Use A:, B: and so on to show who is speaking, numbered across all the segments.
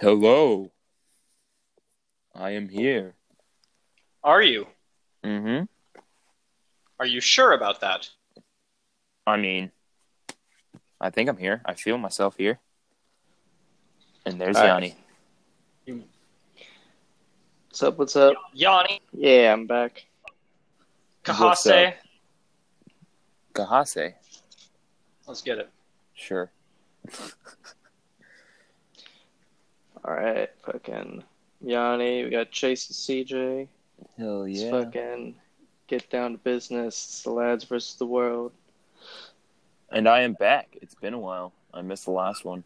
A: Hello. I am here.
B: Are you?
A: Mm-hmm.
B: Are you sure about that?
A: I mean, I think I'm here. I feel myself here. And there's
C: Alright.
A: Yanni.
C: What's up? What's up?
B: Yanni,
C: Yeah, I'm back.
A: What's
B: Kahase.
A: up? Kahase.
B: Let's get it.
A: Sure.
C: All right, fucking Yanni. We got Chase and CJ.
A: Hell
C: Let's fucking get down to business. It's the lads versus the world.
A: And I am back. It's been a while. I missed the last one.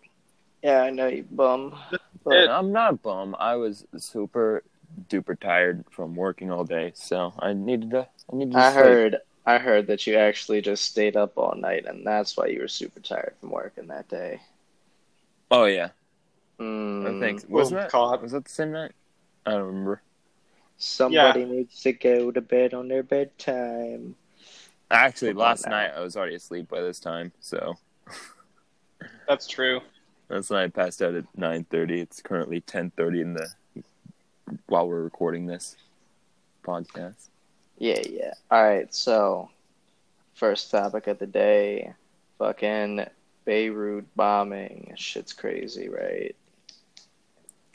C: Yeah, I know you bum. But
B: It-
A: I'm not a bum. I was super duper tired from working all day, so I needed to. I needed to
C: I
A: sleep.
C: heard, I heard that you actually just stayed up all night, and that's why you were super tired from working that day.
A: Oh yeah.
C: Mm,
A: Thanks. Wasn't
B: Oh,
A: that?
B: God.
A: Was that the same night? I don't remember.
C: Hmm, Somebody needs to go to bed on their bedtime.
A: Actually,
C: Come on
A: last
C: now.
A: night I was already asleep by this time, so
B: That's true.
A: last night I passed out at nine thirty. It's currently ten thirty in the while we're recording this podcast.
C: Yeah, yeah. All right, so first topic of the day, fucking Beirut bombing. Shit's crazy, right?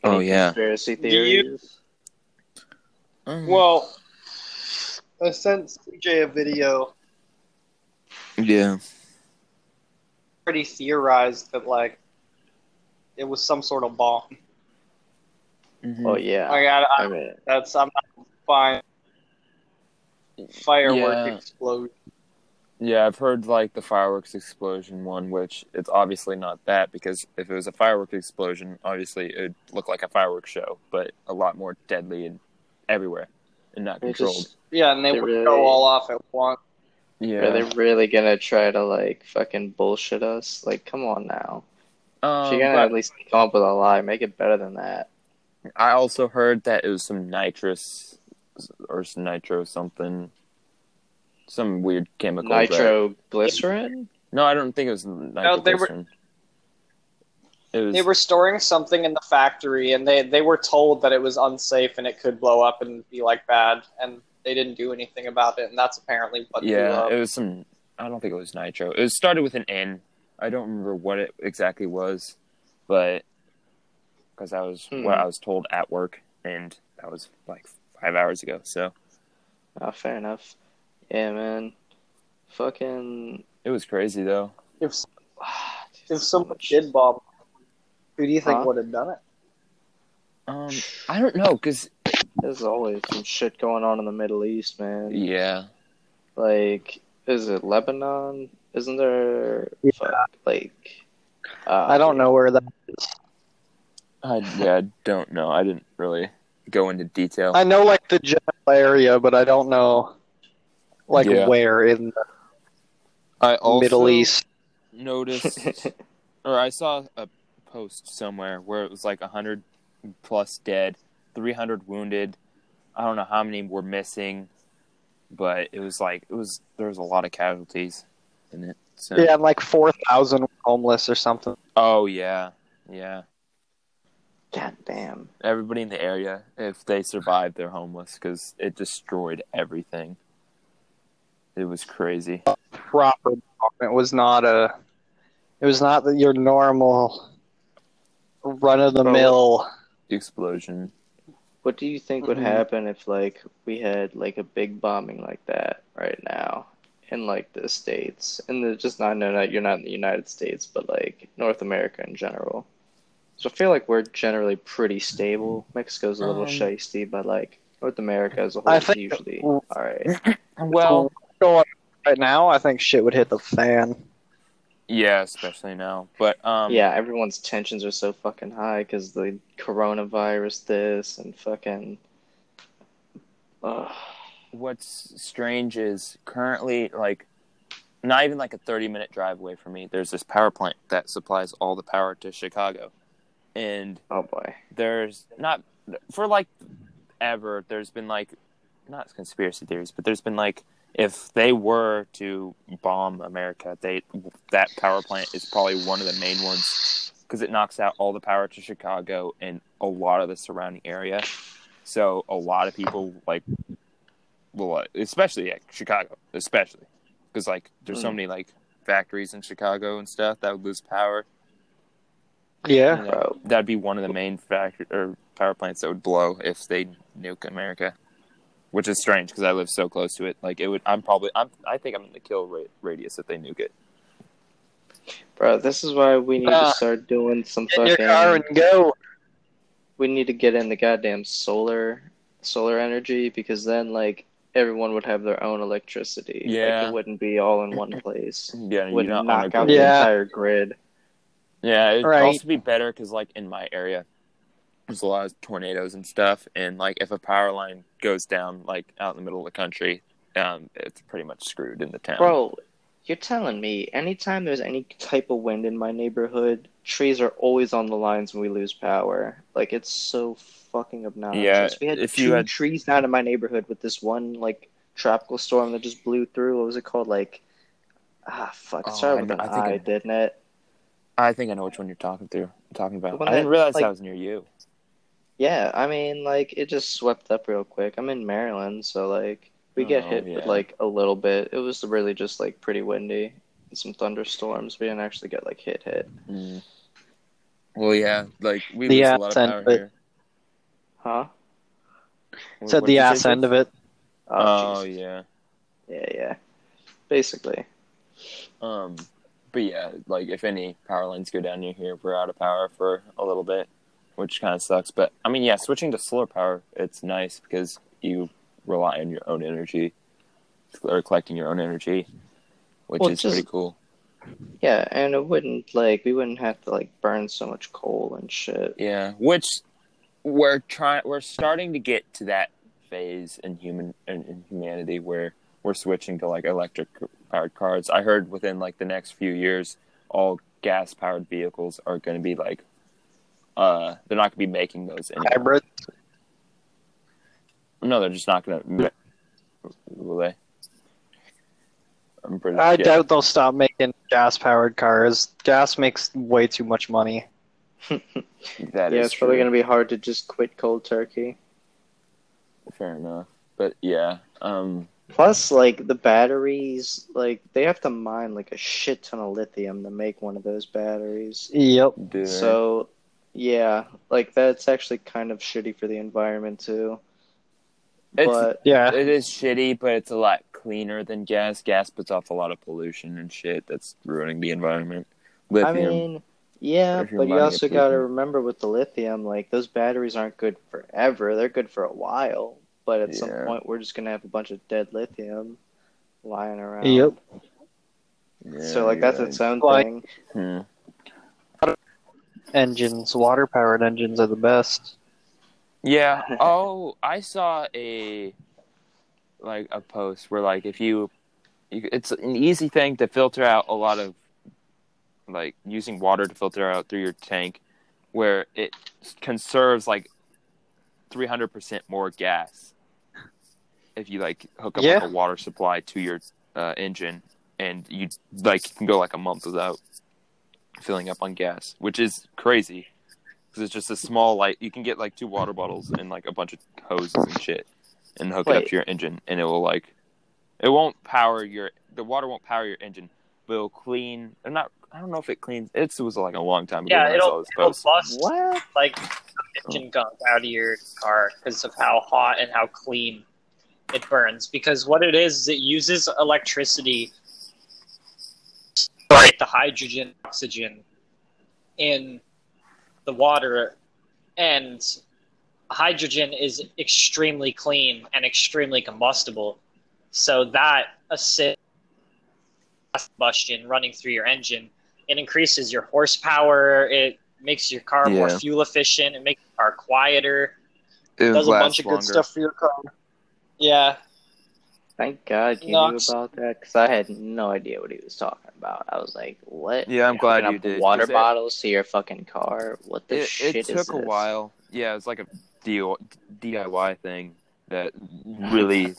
A: Oh, yeah.
C: Conspiracy
B: Do you-
C: theories.
A: Hmm.
B: Mm-hmm. Well, I sent CJ a video.
A: yeah,
B: Pretty theorized that like it was some sort of bomb.
C: Oh yeah.
B: Like I,
C: I
B: I,
C: mean,
B: that's I'm not fine. Firework
A: Yeah.
B: explosion.
A: yeah. I've heard like the fireworks explosion one, which it's obviously not that because if it was a firework explosion, obviously it'd look like a fireworks show, but a lot more deadly and everywhere and not
C: they're
A: controlled.
C: just
B: Yeah, and they
C: They
B: would
C: really-
B: go all off at once.
A: yeah,
C: are they really gonna try to like fucking bullshit us? Like, come on now.
A: Um,
C: If you're gonna
A: but-
C: at least come up with a lie, make it better than that.
A: I also heard that it was some nitrous or some nitro something, some weird chemical. that-
C: Nitroglycerin?
A: No, I don't think it was nitroglycerin.
B: they were-
A: It was.
B: They were storing something in the factory, and they they were told that it was unsafe and it could blow up and be like bad, and they didn't do anything about it, and that's apparently what blew
A: yeah,
B: up.
A: it was some. I don't think it was nitro. It was started with an N. I don't remember what it exactly was, but because I was
C: Hmm.
A: what I was told at work, and that was like five hours ago. So
C: Oh, fair enough. Yeah, man. Fucking ah,
A: it was crazy though.
B: If
C: Dude,
B: if someone
C: much-
B: did bomb, who do you think
C: Huh?
B: would have done it?
A: Um, I don't know because
C: There's always some shit going on in the Middle East, man.
A: yeah,
C: Like, is it Lebanon? Isn't there
B: Yeah.
C: fuck, like? Uh,
B: know where that.
A: I yeah, I don't know. I didn't really go into detail.
B: know like the general area, but I don't know
A: like, Yeah.
B: where in
A: I also
B: East.
A: noticed, or I saw a post somewhere where it was like hundred plus dead, three hundred wounded. I don't know how many were missing, but it was like it was there was a lot of casualties in it. So
D: Yeah, and like four thousand homeless or something.
A: oh yeah, yeah.
C: God damn.
A: Everybody in the area, if they survived, they're homeless because it destroyed everything. It was crazy.
D: Proper bomb. It was not a. It was not your normal run of the mill.
A: Explosion.
C: What do you think would
B: Mhm.
C: happen if like we had like a big bombing like that right now in like the states and the, just not no no you're not in the United States but like North America in general. So I feel like we're generally pretty stable. Mexico's a little
A: Um,
C: shisty, but like North America as a whole
D: I
C: is
D: think-
C: usually all
D: well-
C: right.
B: Oh.
A: Well,
D: Going right now, I think shit would hit the fan.
A: yeah, especially now. But um,
C: yeah, everyone's tensions are so fucking high because the coronavirus, this, and fucking. Ugh.
A: what's strange is currently like not even like a 30 minute drive away from me there's this power plant that supplies all the power to chicago and
C: Oh boy.
A: there's not for like ever there's been like not conspiracy theories but there's been like if they were to bomb america they that power plant is probably one of the main ones because it knocks out all the power to Chicago and a lot of the surrounding area. So a lot of people like, well, especially like Chicago, especially because like there's so many like factories in Chicago and stuff that would lose power.
B: Yeah.
A: And that- That'd be one of the main factor or power plants that would blow if they nuke America, which is strange because I live so close to it. Like it would, I'm probably, I'm, I think I'm in the kill ra- radius if they nuke it.
C: Bro, this is why we need
B: Uh,
C: to start doing some
B: Get in your
C: fucking.
B: car and go.
C: we need to get in the goddamn solar solar energy because then like everyone would have their own electricity. Like,
A: Yeah.
C: it wouldn't be all in one place.
A: Yeah,
C: It
A: you're
C: would
A: not on a
C: knock
A: grid.
C: out the
B: grid. Yeah.
C: entire grid.
A: Yeah, it'd
B: Right.
A: also be better because, like, in my area, there's a lot of tornadoes and stuff, and like, if a power line goes down, like out in the middle of the country, um, it's pretty much screwed in the town.
C: Bro, you're telling me anytime there's any type of wind in my neighborhood, trees are always on the lines when we lose power. Like it's so fucking obnoxious.
A: Yeah,
C: we had
A: if
C: two
A: you had-
C: trees down in my neighborhood with this one like tropical storm that just blew through. What was it called? Like ah fuck, it
A: Oh,
C: started
A: I
C: with
A: know-
C: an
A: I
C: I,
A: think it-
C: didn't it?
A: I think I know which one you're talking through, talking
C: The
A: about.
C: one
A: I didn't
C: that,
A: realize that
C: like-
A: was near you.
C: Yeah, I mean like it just swept up real quick. I'm in Maryland, so like we get
A: Oh,
C: hit with
A: yeah.
C: like a little bit. It was really just like pretty windy and some thunderstorms. We didn't actually get like hit hit.
A: Well, yeah, like we
B: The
A: lose
C: uh,
A: a lot of
B: accent,
A: power
B: but-
A: here.
C: Huh?
A: What-
B: It's at
A: what'd
B: the
A: you say,
B: ass end
A: Chris?
B: of it.
A: Oh,
C: Jesus.
A: yeah.
C: yeah, yeah. Basically,
A: Um, but yeah, like if any power lines go down near here, we're out of power for a little bit, which kind of sucks. But I mean, yeah, switching to solar power, it's nice because you rely on your own energy or collecting your own energy, which
C: Well,
A: is
C: just-
A: pretty cool.
C: yeah, and it wouldn't like we wouldn't have to like burn so much coal and shit.
A: Yeah, which we're trying, we're starting to get to that phase in human in, in humanity where we're switching to like electric powered cars. I heard within like the next few years, all gas powered vehicles are going to be like, uh, they're not going to be making those anymore.
B: Hybrid.
A: No, they're just not going to. Will they? I'm pretty.
B: I
A: yeah.
B: doubt they'll stop making gas powered cars. Gas makes way too much money.
A: that
C: yeah,
A: is
C: it's probably
A: true.
C: gonna be hard to just quit cold turkey.
A: fair enough. But yeah, um,
C: Plus, like the batteries, like they have to mine like a shit ton of lithium to make one of those batteries.
B: Yep.
A: dude.
C: So, yeah, like that's actually kind of shitty for the environment too.
A: It's-
C: but
B: Yeah.
A: It is shitty, but it's a lot cleaner than gas. Gas puts off a lot of pollution and shit that's ruining the environment.
C: I
A: Lithium.
C: mean, yeah,
A: If you're
C: but you
A: mining
C: also
A: it,
C: got to
A: Putin.
C: remember with the lithium, like those batteries aren't good forever. They're good for a while, but at some
A: Yeah.
C: point we're just gonna have a bunch of dead lithium lying around.
B: Yep.
A: Yeah,
C: So like
A: you're
C: that's
A: right.
C: its own
B: Like-
C: thing.
A: Hmm.
B: Engines, water powered engines are the best.
A: Yeah. Oh, I saw a like a post where like if you, you, it's an easy thing to filter out a lot of like using water to filter out through your tank, where it conserves like three hundred percent more gas if you like hook up like,
B: Yeah.
A: a water supply to your uh, engine, and you like you can go like a month without filling up on gas, which is crazy. Because it's just a small light. You can get like two water bottles and like a bunch of hoses and shit, and hook it up
C: Wait.
A: to your engine, and it will like, it won't power your the water won't power your engine, but it'll clean. Or not. I don't know if it cleans. It was like a long time ago.
E: Yeah,
A: when I saw
E: it'll,
A: this
E: it'll
A: post.
E: bust
C: What?
E: like engine gunk out of your car because of how hot and how clean it burns. Because what it is, is it uses electricity to separate the hydrogen, oxygen in the water, and hydrogen is extremely clean and extremely combustible. So that assists combustion running through your engine. It increases your horsepower. It makes your car more
A: Yeah.
E: fuel efficient. It makes your car quieter.
A: It
E: does a
A: lasts
E: bunch of good
A: longer.
E: stuff for your car. Yeah,
C: Thank God you
E: No,
C: knew
E: it's-
C: about that because I had no idea what he was talking about. I was like, what?
A: Yeah, I'm
C: Hooking
A: glad
C: up
A: you did,
C: Water
A: 'cause it-
C: bottles to your fucking car. What the
A: It,
C: shit
A: it
C: is
A: took a
C: this?
A: while. Yeah, it's like a DIY DIY thing that really,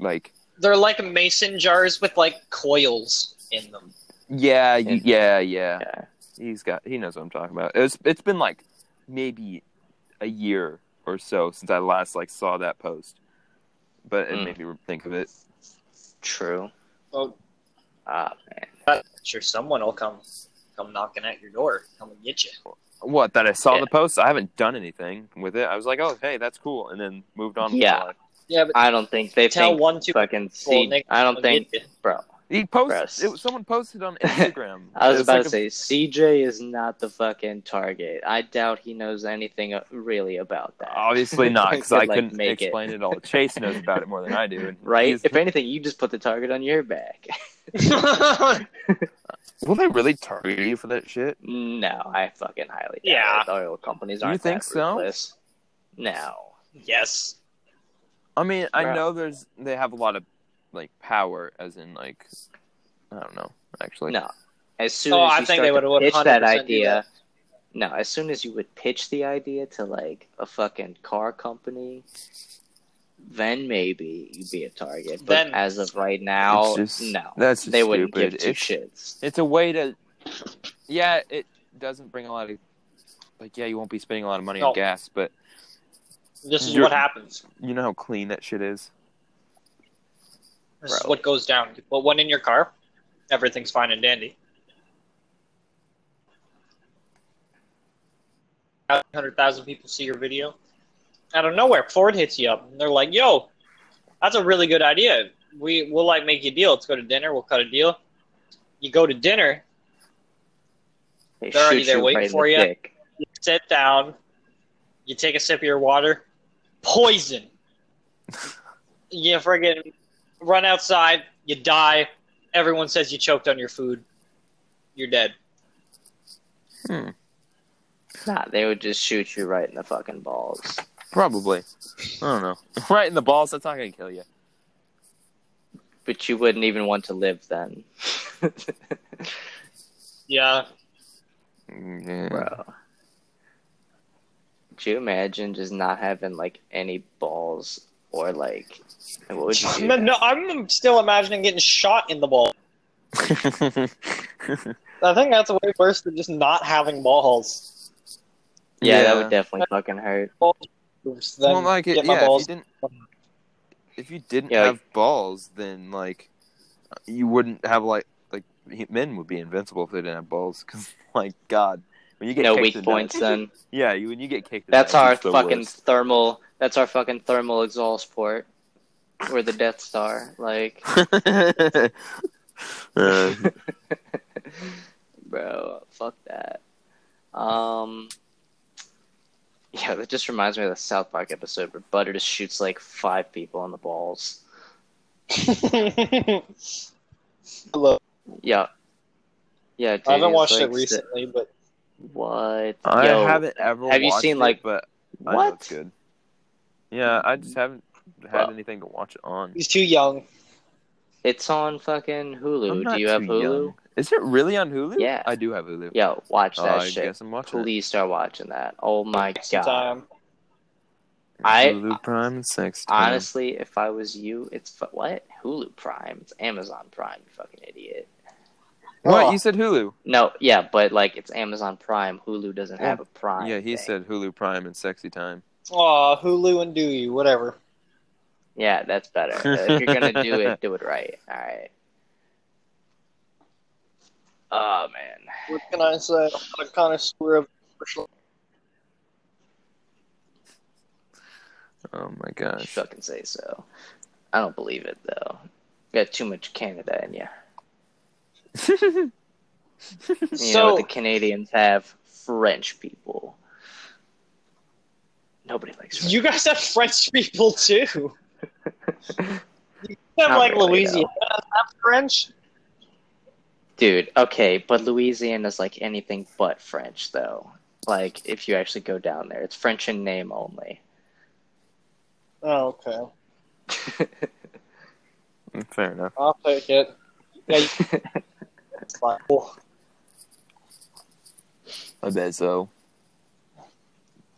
A: like,
E: they're like mason jars with like coils in them.
A: yeah, you, yeah, yeah.
C: Yeah.
A: he's got he knows what I'm talking about. It's it's been like maybe a year or so since I last like saw that post, but it
C: Mm.
A: made me think of it.
C: True.
E: Well,
C: Ah, man.
E: sure, someone will come come knocking at your door, come and get you.
A: What that I saw
C: Yeah.
A: the post. I haven't done anything with it. I was like, oh hey, that's cool, and then moved on. with
C: Yeah.
A: my life.
E: Yeah, but
C: I don't think they
E: tell
C: think
E: one two
C: fucking
E: people,
C: C.
E: they
C: I
E: come
C: don't think,
E: get you.
C: bro.
A: He posted.
C: Gross.
A: It was, someone posted on Instagram.
C: I was
A: It's
C: about
A: like
C: to
A: a-
C: say CJ is not the fucking target. I doubt he knows anything uh, really about that.
A: Obviously not, because I
C: Could, like,
A: couldn't
C: make it.
A: explain it. all. Chase knows about it more than I do. and
C: right?
A: he's-
C: If anything, you just put the target on your back.
A: Will they really target you for that shit?
C: no, I fucking highly doubt
E: Yeah.
C: it. Oil companies
A: You
C: aren't
A: think
C: that
A: so?
C: ruthless. No.
E: yes.
A: I mean, I
C: Bro.
A: know there's they have a lot of like power, as in like I don't know actually.
C: No. As soon
E: Oh,
C: as
E: I
C: you
E: think
C: start
E: they
C: to
E: would
C: pitch
E: 100%
C: that
E: do
C: idea,
E: that.
C: no, as soon as you would pitch the idea to like a fucking car company, then maybe you'd be a target. But
E: Then-
C: as of right
A: It's
C: now,
A: just-
C: no,
A: That's just
C: they wouldn't
A: stupid.
C: give two
A: it's,
C: shits.
A: it's a way to. Yeah, it doesn't bring a lot of like. Yeah, you won't be spending a lot of money
E: No.
A: on gas, but
E: This is
A: You're-
E: what happens.
A: you know how clean that shit is.
E: This is
C: Bro.
E: what goes down. You put one in your car, everything's fine and dandy. Hundred thousand people see your video. Out of nowhere, Ford hits you up, and they're like, "Yo, that's a really good idea. We we'll like make you a deal. Let's go to dinner. We'll cut a deal." You go to dinner,
C: They
E: they're already
C: shoot
E: there
C: you
E: waiting
C: right in
E: for
C: the
E: you.
C: dick.
E: you sit down, you take a sip of your water, poison. you friggin' run outside, you die. Everyone says you choked on your food. You're dead.
C: Nah, they would just shoot you right in the fucking balls.
A: Probably. I don't know. right in the balls. That's not gonna kill you.
C: But you wouldn't even want to live then.
E: Yeah.
A: Mm, Yeah.
C: Bro. Could you imagine just not having like any balls or like what would you do?
E: No, no, I'm still imagining getting shot in the ball. I think that's way worse than just not having balls.
C: Yeah, that would definitely fucking hurt.
E: Oops, Then
A: Well, like it,
E: get my
A: yeah,
E: balls.
A: If you didn't, if you didn't
C: Yeah, like-
A: have balls, then like you wouldn't have like like men would be invincible if they didn't have balls. Because like God, when you get
C: No
A: kicked
C: weak
A: in the
C: points
A: nuts-
C: then.
A: yeah, you, when you get kicked, in
C: That's
A: the nuts,
C: our
A: it's the
C: fucking
A: worst.
C: thermal that's our fucking thermal exhaust port. We're the Death Star. Like
A: Uh,
C: Bro, fuck that. Um, yeah, that just reminds me of the South Park episode where Butter just shoots like five people on the balls.
E: Hello.
C: Yeah, yeah. Dude,
E: I haven't
C: he's,
E: watched
C: like,
E: it recently, but
C: si- what?
A: I
C: Yo,
A: haven't ever.
C: have you
A: watched
C: seen,
A: it,
C: like-
A: But I know it's
C: What?
A: good. Yeah, I just haven't had
C: Well,
A: anything to watch it on.
E: he's too young.
C: It's on fucking
A: I'm
C: Hulu.
A: not
C: Do you have
A: too
C: Hulu?
A: young. Is it really on Hulu?
C: Yeah.
A: I do have Hulu.
C: Yeah, watch
A: Oh,
C: that
A: I
C: shit.
A: guess I'm watching. it.
C: Please start watching that. Oh my god.
E: Sometime.
C: I-
A: Hulu Prime and Sex Time.
C: Honestly, if I was you, it's fu- what Hulu Prime. It's Amazon Prime. You fucking idiot.
A: what
E: Oh.
A: you said Hulu?
C: No, yeah, but like it's Amazon Prime. Hulu doesn't have a Prime.
A: Yeah, he
C: thing.
A: said Hulu Prime and Sexy Time.
E: Aw, Hulu and Dewey, whatever.
C: Yeah, that's better. Uh, if you're gonna do it, do it right. All right. Oh man,
E: What can I say? I'm a connoisseur of commercial.
A: Oh my
C: you
A: gosh.
C: fucking say so. I don't believe it though. You got too much Canada in you. You know
E: So-
C: what the Canadians have? French people. Nobody likes French.
E: You guys have French people too. You have
C: Not
E: like
C: really,
E: Louisiana have French.
C: Dude, okay, but Louisiana's like anything but French though. Like if you actually go down there, it's French in name only.
E: Oh, okay,
A: Mm, Fair enough.
E: I'll take it. Yeah, you- it's fine.
A: I bet so.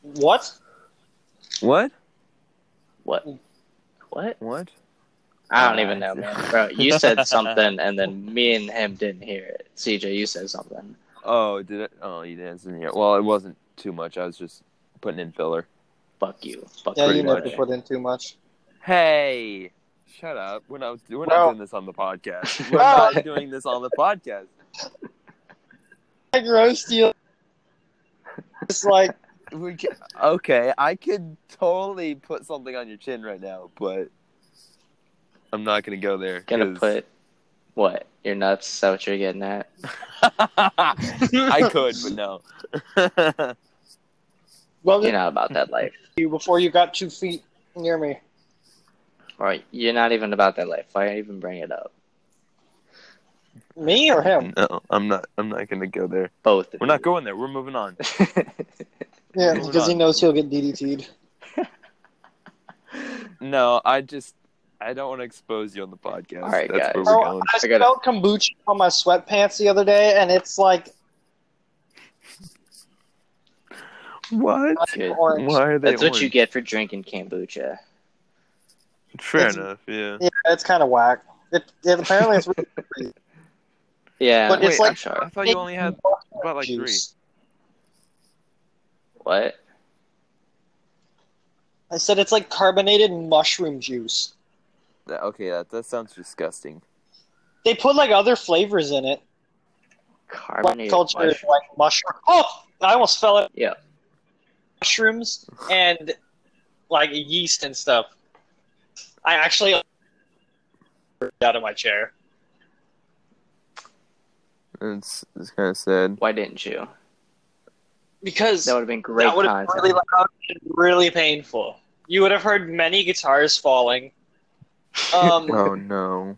E: What?
A: What?
C: What? What?
A: What?
C: Hmm. I don't even know,
A: Alright.
C: man. Bro, you said something, and then me and him didn't hear it. CJ, you said something.
A: Oh, did it? Oh, you didn't. answer me. Well, it wasn't too much. I was just putting in filler.
C: Fuck you. Fuck
B: Yeah,
A: Pretty
B: you never
A: much.
B: put in too much.
A: Hey, shut up. We're not, we're not
B: Well-
A: doing this on the podcast. We're not doing this on the podcast.
B: I roast you.
E: It's like
A: We ca okay, I could totally put something on your chin right now, but I'm not going to go there.
C: Gonna
A: 'cause-
C: put what? Your nuts? Is that what you're getting at?
A: I could, but no.
E: Well,
C: You're not about that life.
E: you before you got two feet near me.
C: Right? You're not even about that life. Why even bring it up?
E: Me or him?
A: no, I'm not. I'm not going to go there.
C: Both. of
A: We're not going there. We're moving on.
C: you.
E: Yeah,
A: Moving
E: because he
A: on.
E: knows he'll get DDT'd.
A: No, I just I don't want to expose you on the podcast.
C: All right,
A: That's
C: guys.
A: where we're
E: Oh,
A: going.
E: I
C: I gotta-
E: spilled kombucha on my sweatpants the other day, and it's like
A: What?
C: Good.
E: orange.
A: Why are they?
C: That's what you get for drinking kombucha.
A: get. Fair
E: It's-
A: enough. Yeah.
E: Yeah, it's kind of whack. It, it apparently it's really good
C: Yeah,
E: But it's
C: I'm
E: like-
A: I,
C: sure.
A: thought you only had about like three.
E: juice.
C: What?
E: I said it's like carbonated mushroom juice.
A: That- okay, that that sounds disgusting.
E: They put like other flavors in it. Black
C: Carbonated
E: culture is
C: mushroom.
E: like mushroom. Oh, I almost fell out.
C: Yeah.
E: Mushrooms and like yeast and stuff. I actually out of my chair.
A: It's it's kind of sad.
C: Why didn't you?
E: Because
C: That would have been great
E: that would have
C: content.
E: really loud and really painful. You would have heard many guitars falling. Um,
A: Oh no.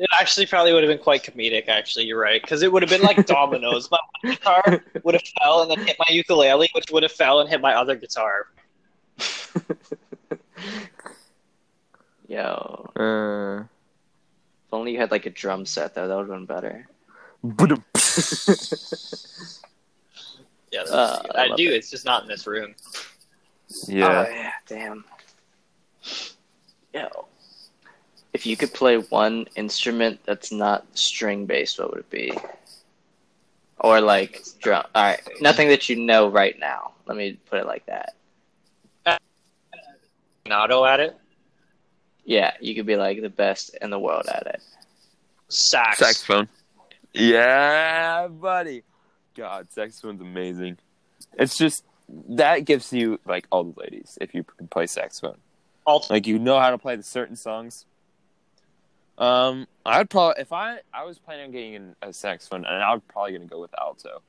E: It actually probably would have been quite comedic. Actually, you're right because it would have been like dominoes. my one guitar would have fell and then hit my ukulele, which would have fell and hit my other guitar.
C: Yo,
A: Uh.
C: if only you had like a drum set though, that would have been better.
E: Yeah, that's
C: Uh, I
E: I,
C: love
E: do.
C: it.
E: It's just not in this room.
A: yeah.
C: Oh, yeah. Damn. Yo. If you could play one instrument that's not string based, what would it be? Or like drum. All right, nothing that you know right now. Let me put it like that.
E: Nato at it.
C: Yeah, you could be like the best in the world at it.
E: Sax.
A: Saxophone. Yeah, buddy. God, saxophone's amazing. It's just that gives you like all the ladies if you can play saxophone.
E: Alt-
A: like you know how to play the certain songs. Um, I'd probably if I I was planning on getting an, a saxophone, and I was probably gonna go with alto.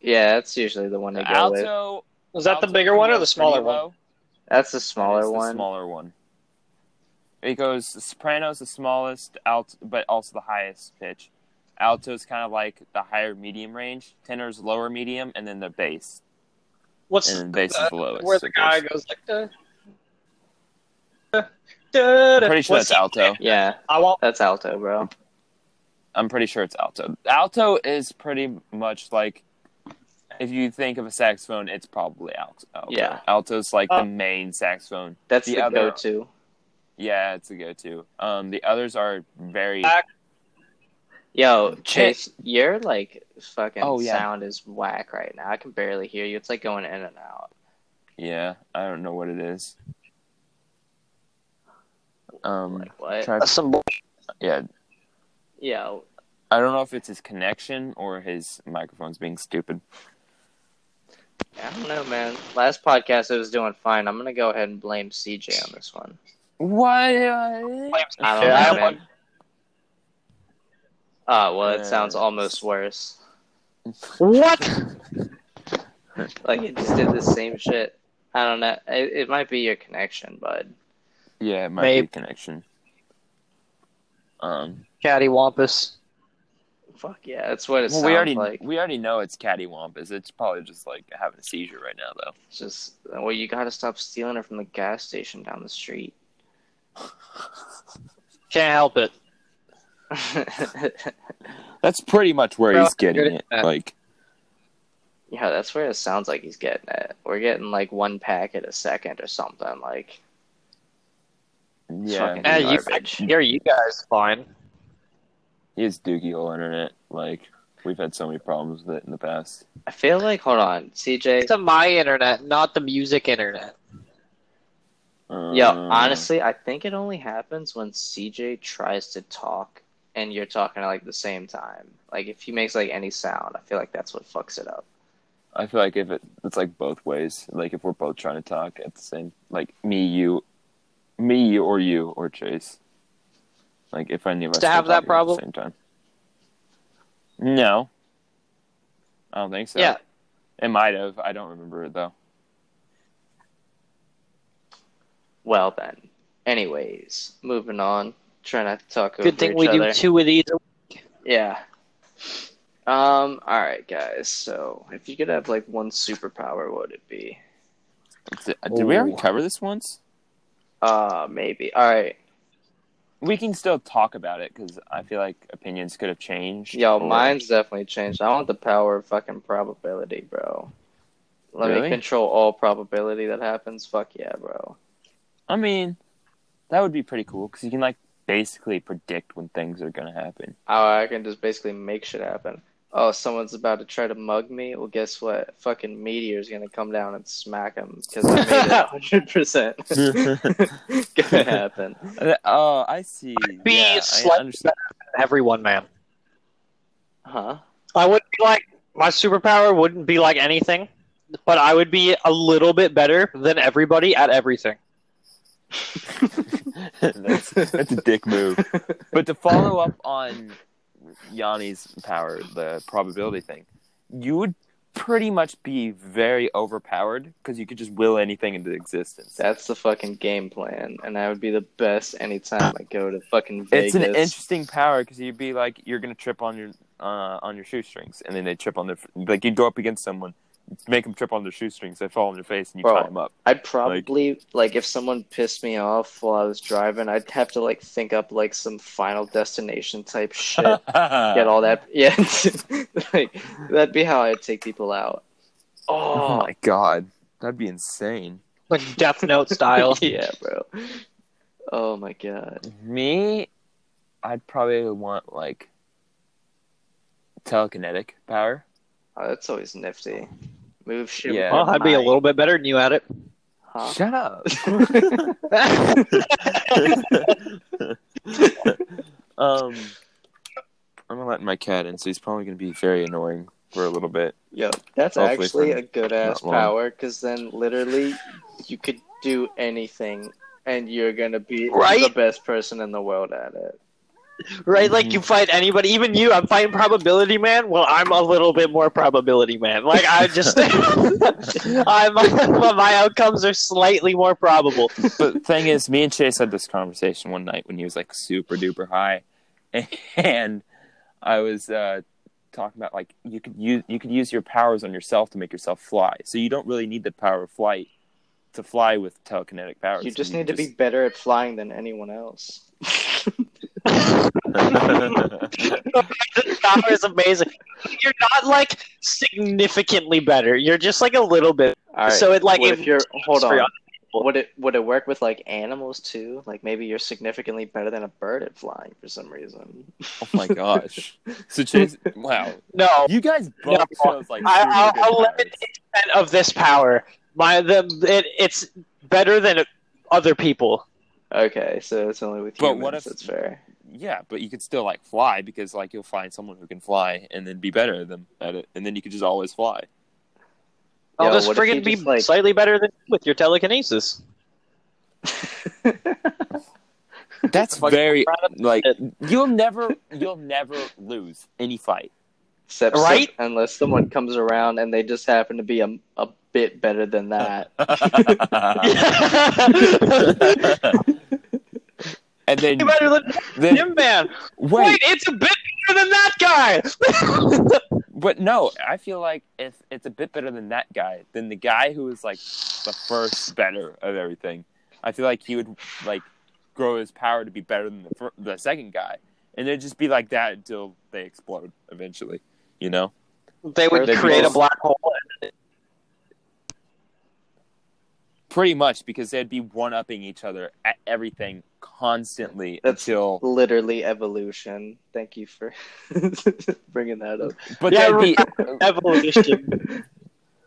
C: Yeah, that's usually the one to
A: The
C: go with.
A: alto
E: Was that the
A: alto
E: bigger one or
A: goes
E: the smaller
A: pretty
E: one?
A: low.
C: That's the
A: It's
C: smaller
A: the
C: one.
A: Smaller one. It goes the soprano's the smallest, alt, but also the highest pitch. Alto's kind of like the higher medium range. Tenor's lower medium, and then the bass,
E: What's
A: and then bass is
E: uh,
A: the lowest.
E: where
A: so
E: the
A: it
E: guy
A: goes-
E: goes like da, da, da,
A: I'm pretty sure
E: What's
A: that's
E: he-
A: alto.
C: Yeah,
E: I want
C: that's alto, bro.
A: I'm pretty sure it's alto. Alto is pretty much like if you think of a saxophone, it's probably alto.
C: Yeah.
A: alto's like
E: Uh,
A: the main saxophone.
C: That's
A: The
C: the,
A: other-
C: go-to.
A: Yeah, it's a go-to. Um, the others are very.
E: Back-
C: Yo, Chase, your like fucking
A: Oh, yeah.
C: sound is whack right now. I can barely hear you. It's like going in and out.
A: Yeah, I don't know what it is. Um,
C: Like what?
A: try,
B: Some bull-
A: yeah,
C: Yo,
A: I don't know if it's his connection or his microphone's being stupid.
C: I don't know, man. Last podcast I was doing fine. I'm gonna go ahead and blame CJ on this one.
A: What? uh,
C: I don't
B: Yeah, I
C: know, man. Oh well,
A: Yeah.
C: it sounds almost worse.
B: What?
C: Like it just did the same shit. I don't know. It, it might be your connection, bud.
A: Yeah, it might
B: Maybe.
A: be connection. Um,
B: Caddy Wampus.
C: Fuck yeah, that's what it
A: well,
C: sounds
A: we already
C: like.
A: we already know it's cattywampus. It's probably just like having a seizure right now, though.
C: It's just well, you gotta stop stealing it from the gas station down the street.
E: Can't help it.
C: yeah,
A: That's pretty much where
B: Well,
A: he's
B: good
A: getting
B: at
A: it.
B: that.
A: Like,
C: that's where it sounds like he's getting it. We're getting like one packet a second or something. Like it's
A: yeah,
C: fucking
E: Yeah, you-
C: garbage.
E: Here, you guys fine.
A: he is doogie all internet. Like, We've had so many problems with it in the past.
C: I feel like hold on, CJ.
E: It's on my internet, not the music internet.
A: Uh,
C: Yo, honestly, I think it only happens when CJ tries to talk and you're talking at like the same time. Like if he makes like any sound, I feel like that's what fucks it up.
A: I feel like if it it's like both ways. Like if we're both trying to talk at the same, like me, you, me, you, or you, or Chase. Like if any of us
E: To
A: are
E: have that
A: talking at
E: problem?
A: the same time. No, I don't think so.
E: Yeah.
A: it might have. I don't remember it though.
C: Well then, anyways, moving on. Try not to talk over
E: Good thing
C: each
E: we
C: other.
E: do two of these.
C: Yeah. Um. All right, guys. So if you could have like one superpower, what would it be?
A: Did, uh, did we already
F: Ooh.
A: cover this once?
C: Uh, maybe. All right.
A: We can still talk about it because I feel like opinions could have changed.
C: Yo,
A: or-
C: mine's definitely changed. I want the power of fucking probability, bro. Let me
A: Really?
C: control all probability that happens. Fuck yeah, bro.
A: I mean, that would be pretty cool because you can like basically predict when things are gonna happen.
C: Oh, I can just basically make shit happen. Oh, someone's about to try to mug me. Well, guess what? Fucking meteor's gonna come down and smack him because I made it hundred percent. Gonna happen.
A: Oh, I see.
E: Be
A: yeah, I
E: slightly
A: understand.
E: better than everyone, man.
C: Huh?
E: I would be like my superpower wouldn't be like anything, but I would be a little bit better than everybody at everything.
A: that's, that's a dick move. But to follow up on Yanni's power, the probability thing, you would pretty much be very overpowered because you could just will anything into existence.
C: That's the fucking game plan, and that would be the best anytime I go to fucking
A: it's
C: Vegas.
A: an interesting power because you'd be like you're gonna trip on your uh, on your shoestrings, and then they trip on their like you'd go up against someone, make them trip on their shoestrings, they fall on their face, and you
C: Bro.
A: tie them up.
C: I'd probably like, if someone pissed me off while I was driving, I'd have to like think up like some Final Destination type shit. Get all that, yeah. like that'd be how I'd take people out.
A: oh
C: Oh,
A: my god, that'd be insane.
E: Like Death Note style.
C: yeah, bro. Oh my god.
A: Me, I'd probably want like telekinetic power.
C: Oh, that's always nifty. Move shit.
A: Yeah.
C: with
E: Well,
C: your
E: I'd be a
C: mind,
E: little bit better than you at it.
C: huh?
A: Shut up. um, I'm gonna let my cat in, so he's probably gonna be very annoying for a little bit.
C: Yo, that's
A: Hopefully
C: actually
A: for
C: a good ass
A: long.
C: power because then literally you could do anything and you're gonna be
E: Right?
C: the best person in the world at it.
E: Right?
C: Mm-hmm.
E: Like you fight anybody, even you. I'm fighting probability man. Well, I'm a little bit more probability man. Like I just, I'm my outcomes are slightly more probable.
A: But the thing is, me and Chase had this conversation one night when he was like super duper high, and I was uh, talking about like you could use you could use your powers on yourself to make yourself fly. So you don't really need the power of flight to fly with telekinetic powers.
C: You just need to be better at flying than anyone else.
E: This power is amazing. You're not like significantly better. You're just like a little bit.
C: All right.
E: So it like
C: what
E: it-
C: if you're hold
E: for
C: on?
E: other
C: Would it would it work with like animals too? Like maybe you're significantly better than a bird at flying for some reason.
A: Oh my gosh! So Chase, wow,
E: no.
A: you guys both
E: No,
A: chose like
E: I,
A: super
E: I'll,
A: good
E: I'll
A: powers.
E: limit the extent of this power. My the it, it's better than other people.
C: Okay, so it's only with
A: But
C: humans.
A: what if-
C: That's fair.
A: Yeah, but you could still like fly because like you'll find someone who can fly and then be better than at it, and then you could just always fly.
E: I'll
C: Yo,
E: just
C: what if you
E: friggin' be
C: just, like-
E: slightly better than you with your telekinesis.
A: That's
E: Fucking
A: very
E: proud
A: like you'll never you'll never lose any fight.
C: Except
E: Right?
C: unless someone comes around and they just happen to be a, a bit better than
E: Uh,
C: that.
A: and then,
E: Be better than
A: then
E: him, man. Wait.
A: wait,
E: it's a bit better than that guy.
A: but no, I feel like if it's a bit better than that guy, then the guy who is like the first better of everything, I feel like he would like grow his power to be better than the fir- the second guy, and it'd just be like that until they explode eventually. You know?
E: they would
C: They're
E: create a
C: both-
E: black hole.
A: Pretty much because they'd be one upping each other at everything constantly
C: That's-
A: until.
C: Literally evolution. Thank you for bringing that up.
A: But
E: Yeah,
A: they'd be
E: Evolution.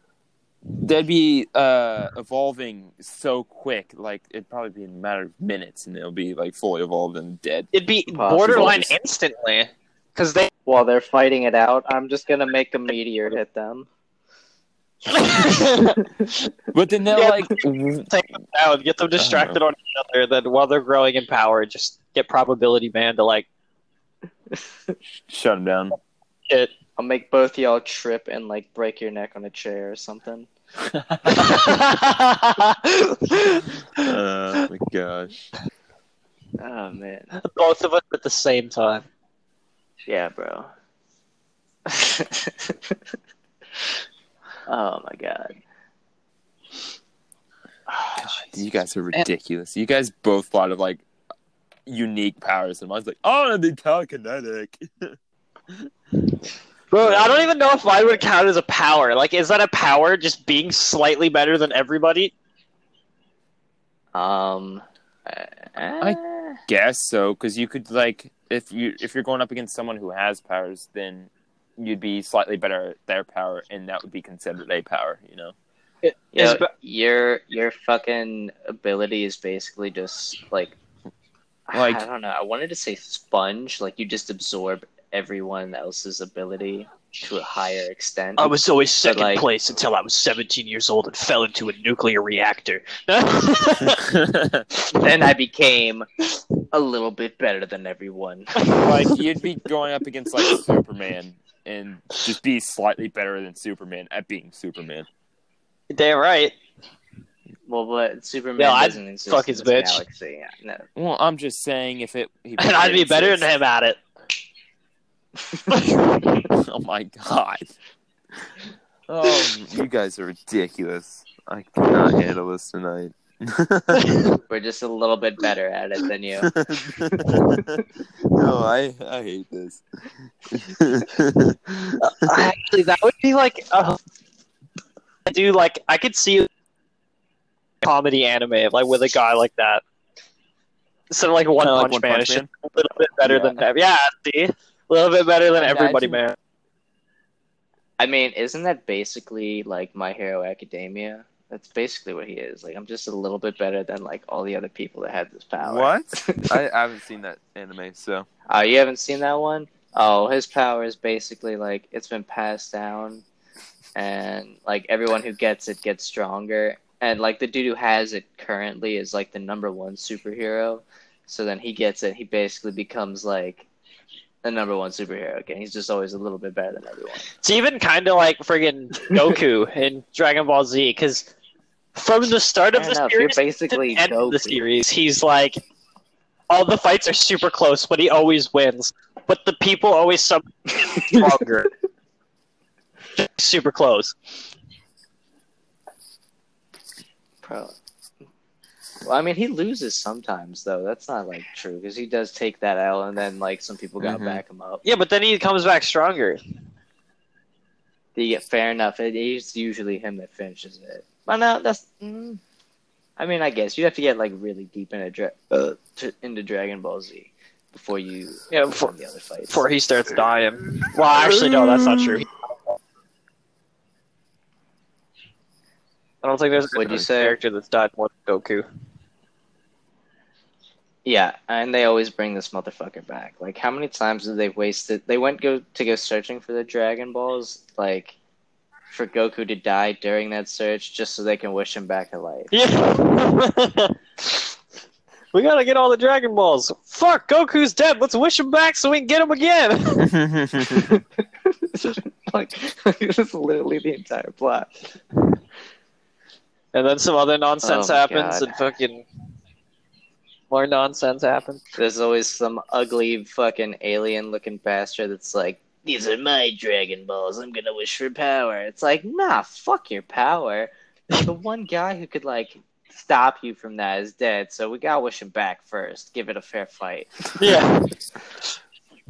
A: they'd be uh, evolving so quick, like it'd probably be in a matter of minutes, and they'll be like fully evolved and dead.
E: It'd be
C: Possible.
E: borderline instantly. Because they.
C: While they're fighting it out, I'm just gonna make a meteor hit them.
A: But then they'll
E: Yeah,
A: like
E: take them down, get them distracted on each other, then while they're growing in power, just get probability man to like
A: shut them down.
E: it.
C: I'll make both y'all trip and like break your neck on a chair or something.
A: Oh my gosh!
C: Oh man.
E: Both of us at the same time.
C: Yeah, bro. oh my god.
A: You guys are ridiculous. You guys both thought of like unique powers, and mine's like, oh, I'm telekinetic.
E: Bro, I don't even know if mine would count as a power. Like, is that a power? Just being slightly better than everybody?
C: Um eh,
A: I- Guess so, because you could like if you if you're going up against someone who has powers, then you'd be slightly better at their power, and that would be considered a power. You know.
C: Yeah,
E: Is ba-
C: your your fucking ability is basically just like,
A: Like-
C: I don't know. I wanted to say sponge, like you just absorb everyone else's ability to a higher extent.
E: I was always second
C: like-
E: place until I was 17 years old and fell into a nuclear reactor.
C: then I became a little bit better than everyone.
A: like you'd be going up against like Superman and just be slightly better than Superman at being Superman.
E: Damn right.
C: Well, but Superman
E: No, I'd
C: doesn't exist
E: fuck
C: in
E: his
C: this
E: bitch.
C: galaxy. No,
A: Well, I'm just saying if it he
E: And I'd be better than him at it.
A: exists- Oh my god. Oh, you guys are ridiculous. I cannot handle this tonight.
C: we're just a little bit better at it than you.
A: no, I I hate this.
E: Actually, that would be like a I do like I could see a comedy anime like with a guy like that. So like One
A: Kinda like
E: Punch
A: One
E: Man
A: Punch
E: is just
A: Man?
E: a little bit better
A: Yeah.
E: than yeah, see, a little bit better than everybody, man.
C: I mean, isn't that basically like My Hero Academia? That's basically what he is. Like, I'm just a little bit better than like all the other people that had this power.
A: What? I, I haven't seen that anime, so
C: Oh, you haven't seen that one? Oh, his power is basically like it's been passed down, and like everyone who gets it gets stronger. And like the dude who has it currently is like the number one superhero. So then he gets it. He basically becomes like the number one superhero again. He's just always a little bit better than everyone.
E: It's even kind of like friggin' Goku in Dragon Ball Z because from the start of
C: Fair
E: the
C: enough, you're
E: series
C: basically
E: end of the
C: Goku.
E: series, he's like, all the fights are super close, but he always wins. But the people always some stronger. super close.
C: Pro. Well, I mean, he loses sometimes though. That's not like true because he does take that L, and then like some people gotta
A: Mhm.
C: back him up.
E: Yeah, but then he comes back stronger.
C: Yeah, fair enough. It is usually him that finishes it. But no, that's. Mm, I mean, I guess you have to get like really deep into dra- uh, to, into Dragon Ball Z before you
E: Yeah,
C: before
E: before,
C: the other fights.
E: before he starts dying. Well, actually, no, that's not true. I don't think there's
C: What'd you
E: a
C: say?
E: character that's died more than Goku.
C: Yeah, and they always bring this motherfucker back. Like, how many times did they waste it? They went go to go searching for the Dragon Balls, like for Goku to die during that search, just so they can wish him back to life.
E: Yeah. we gotta get all the Dragon Balls. Fuck, Goku's dead. Let's wish him back so we can get him again.
C: like, that's literally the entire plot.
E: And then some other nonsense
C: Oh my
E: happens,
C: God.
E: and fucking more nonsense happens.
C: There's always some ugly fucking alien looking bastard that's like, These are my Dragon Balls, I'm gonna wish for power. It's like, nah, fuck your power. the one guy who could like stop you from that is dead, so we gotta wish him back first. Give it a fair fight.
E: Yeah.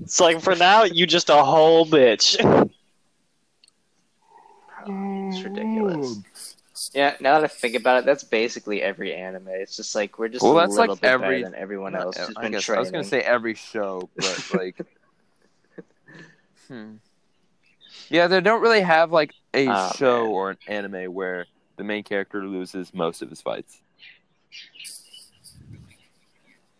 E: it's like for now, you just a whole bitch.
C: It's ridiculous. Yeah, now that I think about it, that's basically every anime. It's just like we're just
A: Well,
C: a
A: that's
C: little
A: like
C: bit
A: every-
C: better than everyone
A: Not
C: else.
A: ev-
C: Just
A: I,
C: been
A: guess- I was gonna
C: training.
A: say every show, but like, hmm. yeah, they don't really have like a
C: Ah,
A: show
C: man.
A: or an anime where the main character loses most of his fights.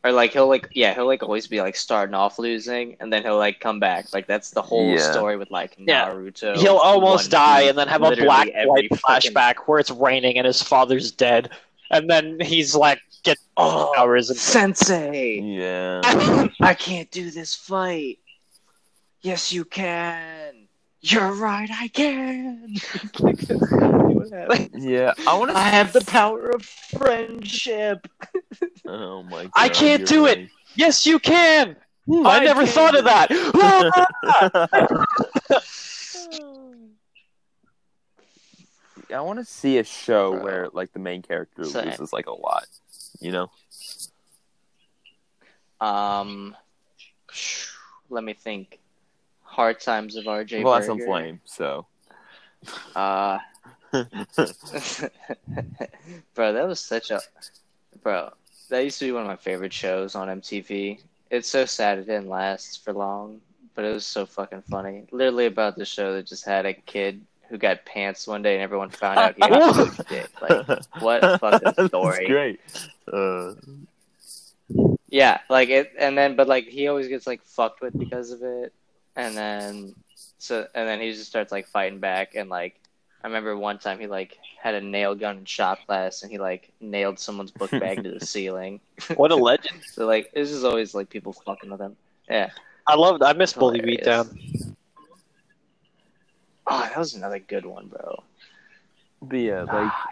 C: or like he'll like yeah he'll like always be like starting off losing and then he'll like come back. Like that's the whole
A: Yeah.
C: story with like
E: Yeah.
C: Naruto.
E: He'll almost
C: One
E: die
C: Piece,
E: and then have a
C: literally
E: black
C: every
E: white
C: fucking-
E: flashback where it's raining and his father's dead, and then he's like get
C: Oh,
E: hours and
C: Sensei,
A: Yeah,
C: I can't do this fight. Yes, you can. You're right, I can.
A: yeah. I want
C: I have the power of friendship.
A: to. Oh my! God,
E: I can't
A: you're
E: do it.
A: right.
E: yes, you can. Hmm, I,
A: I
E: never
A: can.
E: thought of that. Ah!
A: I want to see a show
C: Bro.
A: where like the main character
C: Same.
A: loses like a lot. You know?
C: Um, let me think. Hard times of RJ.
A: well, that's on
C: Berger.
A: Flame, so
C: Uh, bro, that was such a bro. That used to be one of my favorite shows on MTV. It's so sad it didn't last for long, but it was so fucking funny. Literally about the show that just had a kid who got pants one day and everyone found out he had a huge dick. Like, what a fucking
A: That's
C: story.
A: great. Uh,
C: Yeah, like it, and then but like he always gets like fucked with because of it, and then so and then he just starts like fighting back and like I remember one time he like had a nail gun in shop class and he like nailed someone's book bag to the ceiling.
E: what a legend!
C: So like this is always like people fucking with him. Yeah.
E: I love. I miss Bully
C: Hilarious.
E: Beatdown.
C: Oh, that was another good one, bro.
A: but yeah, like
C: Ah,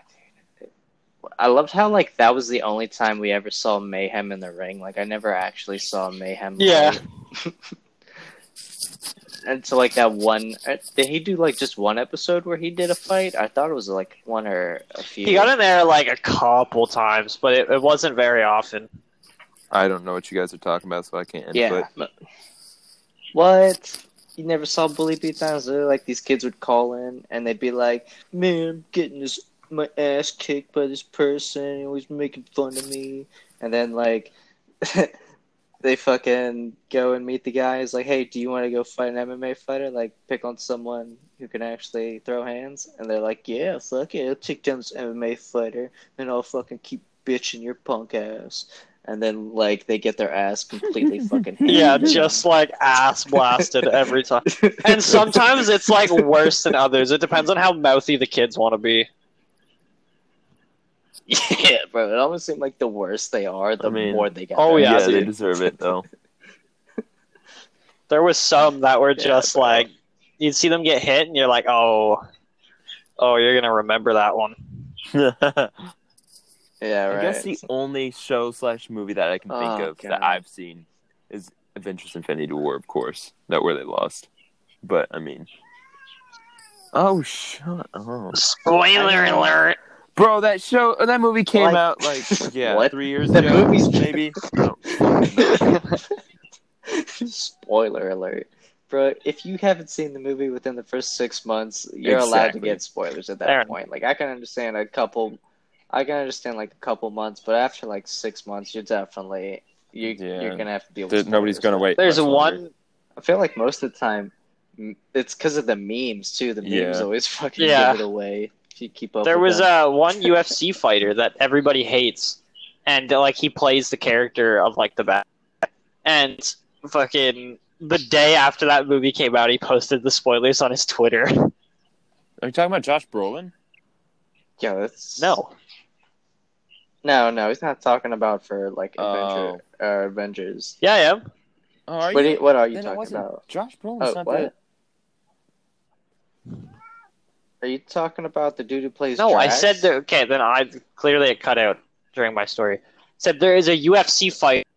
C: dude. I loved how like that was the only time we ever saw mayhem in the ring. Like I never actually saw mayhem.
E: Yeah.
C: fight. and so like that one, uh, did he do like just one episode where he did a fight? I thought it was like one or a few.
E: He got in there like a couple times, but it, it wasn't very often.
A: I don't know what you guys are talking about, so I can't
C: yeah.
A: input.
C: but- What? You never saw bully beatdowns? They're like these kids would call in and they'd be like, "Man, I'm getting this my ass kicked by this person. He always making fun of me." And then like they fucking go and meet the guy. He's like, "Hey, do you want to go fight an MMA fighter? Like, pick on someone who can actually throw hands." And they're like, "Yeah, fuck it, I'll take down this MMA fighter, and I'll fucking keep bitching your punk ass." And then like they get their ass completely fucking handed
E: Yeah,
C: to them.
E: just like ass blasted every time. And sometimes it's like worse than others. It depends on how mouthy the kids want to be.
C: yeah, bro. It almost seemed like the worse they are, the
A: I mean-
C: more they get.
E: Oh,
C: back.
E: yeah,
A: yeah they
E: dude.
A: deserve it though.
E: There was some that were
C: Yeah,
E: just
C: bro.
E: like you'd see them get hit, and you're like, oh, oh, you're gonna remember that one.
C: yeah,
A: I
C: right.
A: guess the only show slash movie that I can think
C: Oh,
A: of
C: God.
A: that I've seen is Avengers: Infinity War, of course, that where they lost. But I mean, oh shut up,
E: Spoiler alert!
A: bro! That show, that movie came
C: Like-
A: out like yeah,
C: What?
A: three years
C: The
A: ago,
C: movie's-
A: maybe. I don't fucking know.
C: Spoiler alert, bro. If you haven't seen the movie within the first six months, you're allowed to
A: Exactly.
C: get spoilers at that
E: Fair
C: point. Like, I can understand a couple. I can understand like a couple months, but after like six months, you're definitely you
A: Yeah.
C: you're gonna have to deal with.
A: There- nobody's
C: spoilers.
A: gonna wait.
E: There's
A: much longer.
E: one.
C: I feel like most of the time, m- it's because of the memes too. The memes
A: Yeah.
C: always fucking
E: Yeah.
C: give it away. If you keep up,
E: There
C: with
E: was
C: them.
E: uh, one UFC fighter that everybody hates, and uh, like he plays the character of like the bat. And fucking the day after that movie came out, he posted the spoilers on his Twitter.
A: Are you talking about Josh Brolin?
C: yeah, that's
E: no,
C: No, no, he's not talking about for like
A: Oh.
C: Avenger, uh, Avengers.
E: yeah, I am.
A: Oh, are
C: What,
A: you?
C: are- what are you
A: Then it
C: talking
A: wasn't-
C: about?
A: Josh Brolin's
C: Oh,
A: not
C: what?
A: that.
C: Are you talking about the dude who plays?
E: No, I
C: Drax?
E: said that. Okay, then I clearly it cut out during my story. Said there is a UFC fight,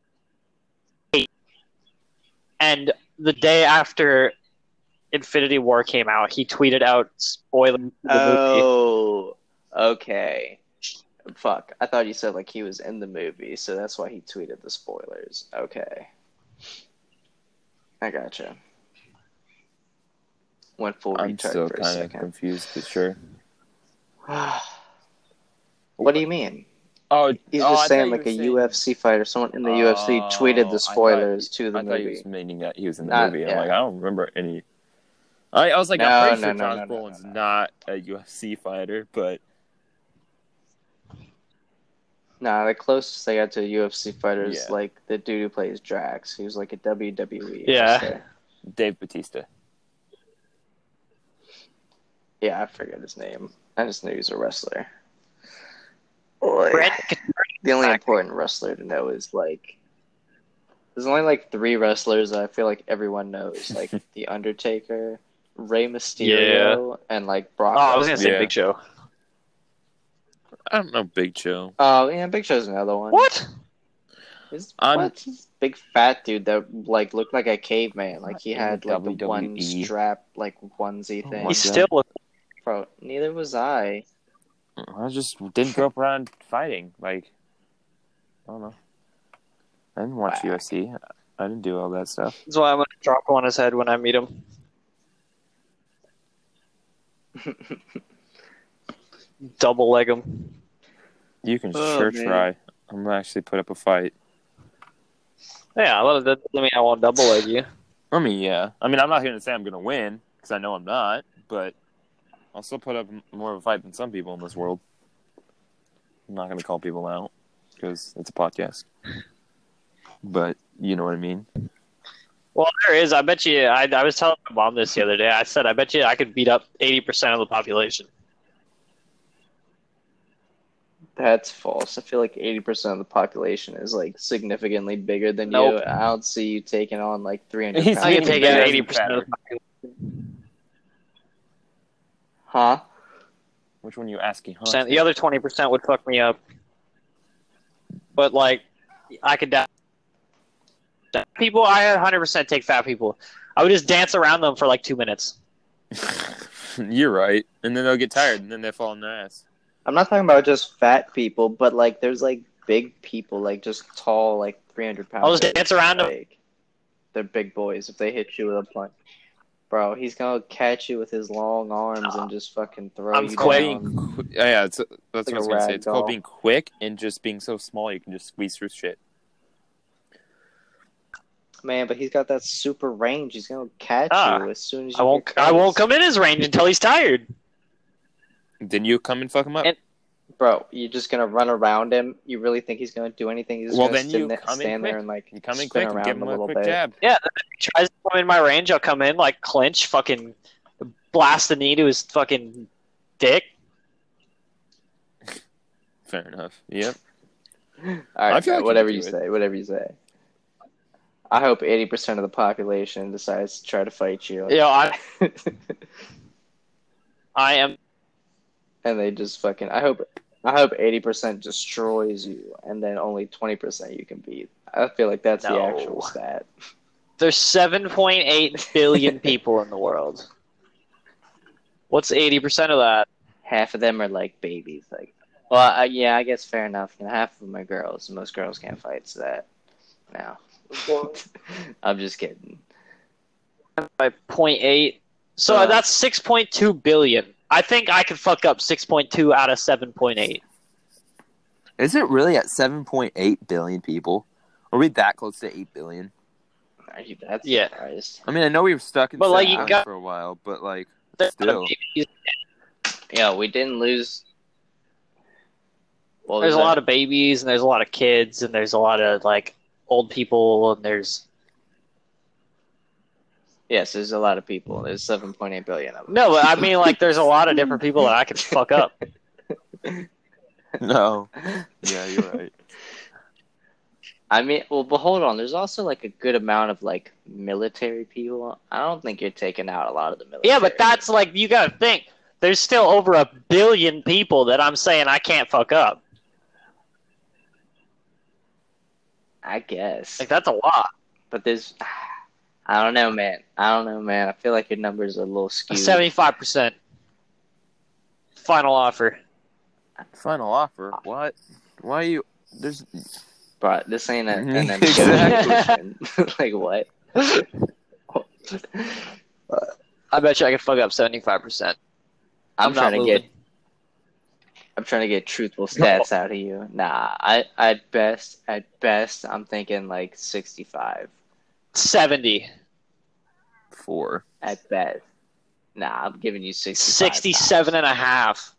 E: and the day after Infinity War came out, he tweeted out spoiling the movie.
C: Oh, okay. Fuck, I thought you said like he was in the movie, so that's why he tweeted the spoilers. Okay, I gotcha. Went full
A: I'm
C: retard
A: still
C: for a
A: kind of
C: second.
A: confused, but sure.
C: What do you mean?
G: Oh,
C: He's
G: oh, I
C: just
G: thought
C: saying
G: you were
C: like a
G: saying-
C: UFC fighter. Someone in the
G: Oh,
C: UFC tweeted
G: I
C: the
G: thought
C: spoilers to the
G: I thought
C: movie.
G: he was meaning that he was in the
C: Not-
G: movie. I'm
C: yeah.
G: like, I don't remember any. I, I was like,
C: No,
G: I'm pretty
C: no,
G: sure
C: no,
G: Josh
C: no, no,
G: Brolin's
C: no, no.
G: not a UFC fighter, but
C: Nah, the closest they got to a UFC fighter is
G: Yeah.
C: like the dude who plays Drax. He was like a E WWE.
E: Yeah.
C: wrestler.
G: Dave Batista.
C: Yeah, I forget his name. I just knew he was a wrestler. Like,
E: Brett,
C: the only
E: Black.
C: important wrestler to know is like there's only like three wrestlers that I feel like everyone knows, like The Undertaker, Rey Mysterio, and like Brock.
E: oh, I was
C: Lesnar.
E: gonna say
G: Yeah.
E: Big Show.
G: I don't know Big Joe.
C: Oh yeah, Big Show's another one.
E: What?
C: Is,
G: I'm-
C: what? He's a big fat dude that like looked like a caveman. Like he
G: in
C: had like the
G: WWE.
C: one strap like onesie
G: Oh
C: thing.
G: my
E: He's
G: God.
E: still a
C: Bro, neither was I.
G: I just didn't grow up around fighting. Like, I don't know. I didn't watch
C: Whack.
G: UFC. I didn't do all that stuff.
E: That's why I'm gonna drop on his head when I meet him. Double leg him.
G: You can
C: Oh,
G: sure
C: man.
G: try. I'm gonna actually put up a fight.
E: Yeah, well, that doesn't mean I won't double leg you.
G: I mean, yeah. I mean, I'm not here to say I'm gonna win because I know I'm not, but I'll still put up m- more of a fight than some people in this world. I'm not gonna call people out because it's a podcast. But you know what I mean.
E: Well, there is. I bet you. I, I was telling my mom this the other day. I said, I bet you I could beat up 80% of the population.
C: That's false. I feel like eighty percent of the population is like significantly bigger than
E: Nope.
C: you. I don't see you taking on like three hundred.
G: He's
E: I
G: Even
E: could take
G: better
E: out
G: than
E: 80% of the population.
C: Huh?
G: Which one are you asking? Huh?
E: The other 20% would fuck me up. But, like, I could. Da- da- people, I 100% take fat people. I would just dance around them for like two minutes.
G: You're right. And then they'll get tired and then they fall on their ass.
C: I'm not talking about just fat people, but like there's like big people, like just tall, like 300 pounds.
E: I'll just dance around them.
C: Like, they're big boys. If they hit you with a punch, bro, he's gonna catch you with his long arms and just fucking throw
E: I'm
C: you
E: quick.
C: down.
G: Qu- yeah, it's, that's what
C: Like
G: I
C: a
G: was going to say.
C: rag
G: It's called
C: doll.
G: being quick and just being so small you can just squeeze through shit.
C: Man, but he's got that super range. He's gonna catch
E: Ah,
C: you as soon as you
E: I won't.
C: get
E: I won't
C: close.
E: come in his range until he's tired.
G: Then you come and fuck him up.
E: And-
C: Bro, you're just gonna run around him. You really think he's gonna do anything? He's just
G: Well,
C: gonna
G: then
C: stand,
G: you
C: there-
G: come in
C: stand there
G: quick.
C: and like
G: you come in
C: spin
G: quick and
C: around
G: give him
C: him
G: a
C: little
G: quick
C: bit.
G: jab.
E: Yeah, then if he tries to come in my range, I'll come in like clinch, fucking blast the knee to his fucking dick.
G: Fair enough. Yep.
C: All right,
G: I feel like
C: Matt,
G: you
C: whatever
G: could
C: you
G: do it.
C: say, whatever you say. I hope eighty percent of the population decides to try to fight you,
E: You know, I I am
C: and they just fucking. I hope, I hope eighty percent destroys you, and then only twenty percent you can beat. I feel like that's the
E: No.
C: actual stat.
E: there's 7.8 billion people in the world. What's 80% of that?
C: Half of them are like babies. Like, well, uh, yeah, I guess fair enough. And half of them are girls. and Most girls can't fight, so that. No, I'm just kidding.
E: By 0.8. So
C: Uh.
E: that's 6.2 billion. I think I could fuck up 6.2 out of 7.8.
A: Is it really at 7.8 billion people? Are we that close to 8 billion?
C: Are you that
E: Yeah.
C: surprised?
A: I mean, I know we were stuck in
E: But, like, you
A: 7.8
E: got-
A: for a while, but like,
E: There's a lot
A: Still.
E: of babies.
C: Yeah, we didn't lose. Well,
E: There's a lot of babies and there's a lot of kids and there's a lot of like old people and there's
C: Yes, there's a lot of people. There's 7.8 billion of them.
E: No, but I mean, like, there's a lot of different people that I could fuck up.
A: no. Yeah, you're right.
C: I mean, well, but hold on. There's also like a good amount of like military people. I don't think you're taking out a lot of the military.
E: Yeah, but that's like, you gotta think. There's still over a billion people that I'm saying I can't fuck up.
C: I guess.
E: Like, that's a lot.
C: But there's, I don't know, man. I don't know, man. I feel like your numbers are a little skewed.
E: 75%. Final offer.
A: Final offer. What? Why are you? There's.
C: Bro, this ain't a, an
A: Exactly.
C: negotiation. like what?
E: I bet you I could fuck up 75%.
C: I'm,
E: not
C: trying to
E: moving.
C: get. I'm trying to get truthful stats out of you. Nah, I at best at best I'm thinking like 65
E: 70.
A: Four.
C: at best. Nah, I'm giving you 65.
E: 67 and a half.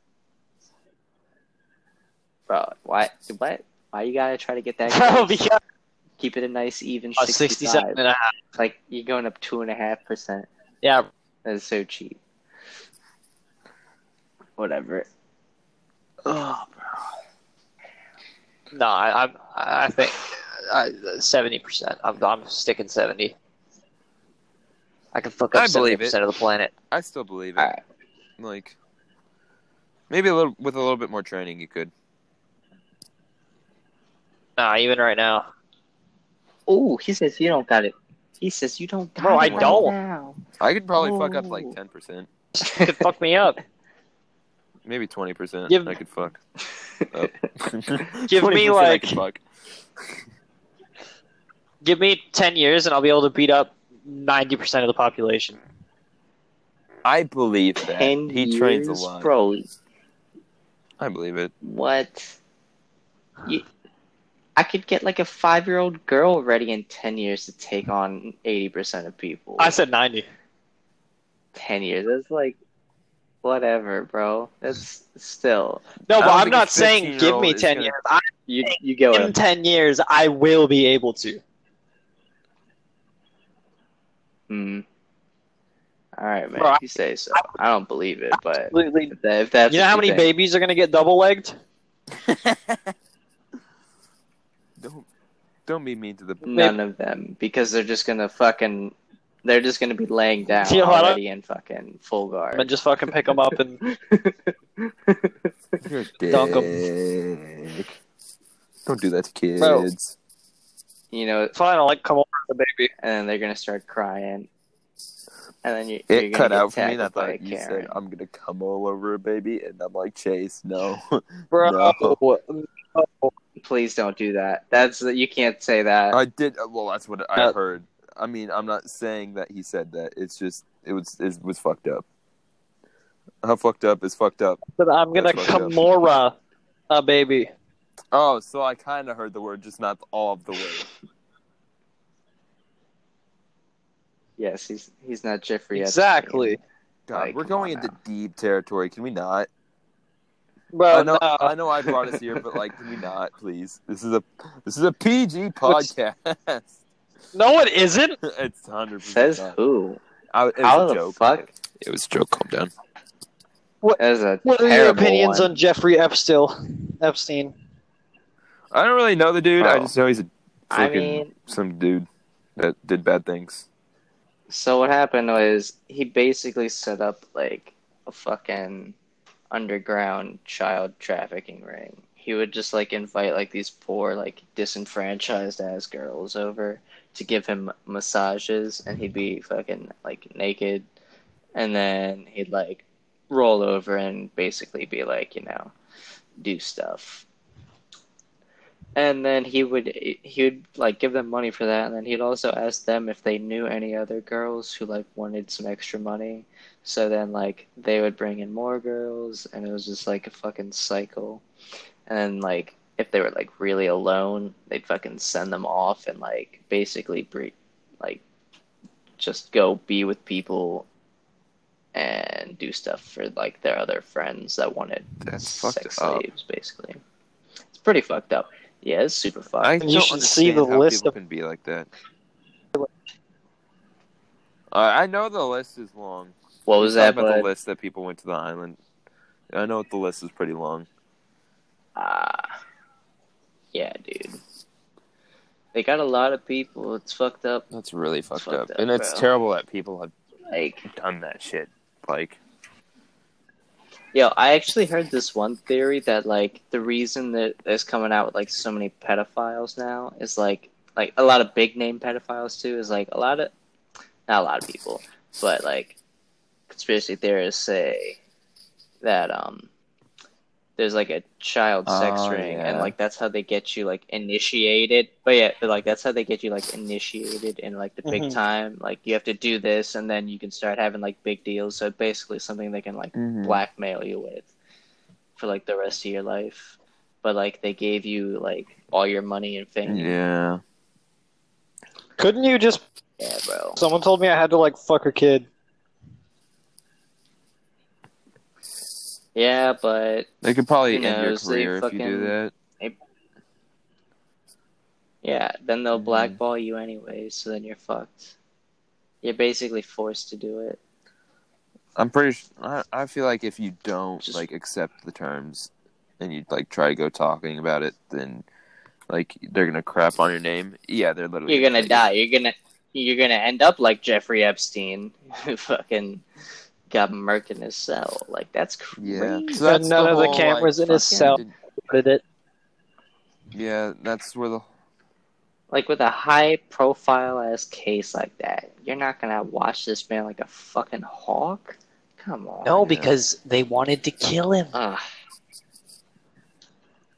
C: Bro, why what? Why you gotta try to get that?
E: Bro,
C: close?
E: because
C: Keep it a nice even
E: uh,
C: 65.
E: 67 and a half.
C: Like you're going up two and a half percent.
E: Yeah,
C: That is so cheap. Whatever. Oh,
E: no, I, I'm, I think seventy percent. I'm, I'm sticking seventy. I can fuck
A: I
E: up seventy
A: believe it.
E: percent of the planet.
A: I still believe it.
C: Alright.
A: Like maybe a little with a little bit more training, you could.
E: Nah, even right now.
C: oh, he says you don't got it. He says you don't got
E: Bro,
C: it.
E: I
C: right
E: don't.
C: Now.
A: I could probably fuck up like
C: Oh.
A: ten percent,
E: You could fuck me up.
A: maybe twenty percent.
E: Give-
A: I could fuck. up.
E: Give me,
A: 20% I
E: like-
A: could fuck.
E: Give me ten years, and I'll be able to beat up ninety percent of the population.
A: I believe that
C: Ten
A: he
C: years,
A: trains a lot.
C: bro.
A: I believe it.
C: What? You, I could get like a five-year-old girl ready in ten years to take on eighty percent of people.
E: I said ninety.
C: ten years. That's like, whatever, bro. That's still
E: No,
A: I
E: but
A: don't
E: I'm
A: think
E: not
A: a
E: saying give
A: 15-year-old
E: me
A: is
E: ten
A: gonna-
E: years. I,
C: you. You get what?
E: in
C: I'm-
E: ten years, I will be able to.
C: Hmm. All right, Mm-hmm. man.
E: Bro,
C: if you say so. I don't believe it, but
E: Absolutely.
C: if, that, if that's
E: You know
C: what
E: how many
C: think-
E: babies are gonna get double legged?
A: Don't don't be mean to the
C: None of them, because they're just gonna fucking, they're just gonna be laying down
E: You know what?
C: already in fucking full
E: And then
C: guard.
E: just fucking pick them up and
A: You're
E: Dunk 'em.
A: dick. Don't do that to kids.
E: Bro.
C: You know, and
E: fine. I'll like come over
B: Oh,
E: with the baby.
C: then they're gonna start crying, and then you're, you're
A: It
C: gonna
A: cut
C: get
A: out for me, and I
C: tackled by a
A: thought you
C: Karen.
A: said I'm gonna come all over a baby, and I'm like Chase, no.
E: Bro,
C: Please don't do that. That's you can't say that.
A: I did. Well, that's what I
E: Uh,
A: heard. I mean, I'm not saying that he said that. It's just it was it was fucked up. How fucked up is fucked up.
E: But I'm gonna
A: That's fucked up.
E: Kimura a baby.
A: Oh, so I kind of heard the word, just not all of the word.
C: yes, he's he's not Jeffrey.
E: Exactly,
A: God,
C: Like,
A: we're
C: come on
A: going into
C: now.
A: deep territory. Can we not?
E: bro.
A: I know,
E: Oh, no.
A: I know, I brought us here, but like, can we not, please? This is a this is a PG podcast.
E: no, it isn't.
A: it's hundred
C: Epstein.
A: percent.
C: Says who?
A: I, it was
C: How
A: a
C: the
A: joke.
C: fuck?
A: It was a joke. Calm down.
C: That is a
E: What are your
C: terrible
E: opinions
C: one.
E: on Jeffrey Epstein? Epstein.
A: I don't really know the dude. I
C: Bro.
A: just know he's a
C: I
A: freaking
C: mean-
A: some dude that did bad things.
C: So what happened was he basically set up like a fucking underground child trafficking ring. He would just like invite like these poor like disenfranchised ass girls over to give him massages and he'd be fucking like naked and then he'd like roll over and basically be like, you know, do stuff. And then he would he would like give them money for that, and then he'd also ask them if they knew any other girls who like wanted some extra money. So then like they would bring in more girls, and it was just like a fucking cycle. And then like if they were like really alone, they'd fucking send them off and like basically bre- like just go be with people and do stuff for like their other friends that wanted
A: That's
C: sex slaves, basically. It's pretty fucked up. Yeah, it's super fucked.
A: I
E: You
A: don't
E: should see
A: understand
E: the
A: how
E: list
A: people
E: of-
A: can be like that. Uh, I know the list is long.
C: what was
A: Talking
C: that?
A: about
C: But
A: the list that people went to the island? I know the list is pretty long.
C: ah, yeah, dude, they got a lot of people. It's fucked up.
A: That's really fucked,
C: fucked
A: up.
C: up,
A: and it's
C: bro.
A: terrible that people have
C: Like,
A: done that shit. Like,
C: yo, I actually heard this one theory that like the reason that there's coming out with like so many pedophiles now is like like a lot of big name pedophiles too is like a lot of not a lot of people, but like conspiracy theorists say that um there's like a child sex
A: Oh,
C: ring and
A: yeah.
C: like that's how they get you like initiated but yeah but like that's how they get you like initiated in like the big
A: Mm-hmm.
E: Mhm.
C: time like you have to do this and then you can start having like big deals so basically something they can like
A: Mhm.
C: blackmail you with for like the rest of your life, but like they gave you like all your money and fame.
A: Yeah.
B: Couldn't you just?
C: Yeah, bro.
B: Someone told me I had to like fuck her kid.
C: Yeah, but
A: They could probably
C: Who
A: end your
C: knows? They
A: career if you
C: fucking-
A: do that.
C: yeah, then they'll
A: Mhm.
C: blackball you anyway, so then you're fucked. You're basically forced to do it.
A: I'm pretty. Sh- I I feel like if you don't
C: Just-
A: like accept the terms, and you like try to go talking about it, then like they're gonna crap on your name. Yeah, they're literally.
C: You're gonna
A: kill you.
C: die. You're gonna you're gonna end up like Jeffrey Epstein, who fucking got murked in his cell. Like that's crazy.
A: Yeah. So
B: And none of the
A: whole,
B: cameras in his
A: fucking-
B: cell. Did it?
A: Yeah, that's where the
C: Like with a high profile ass case like that, you're not gonna watch this man like a fucking hawk. Come on.
A: No, because
B: they wanted to kill him.
C: Ugh.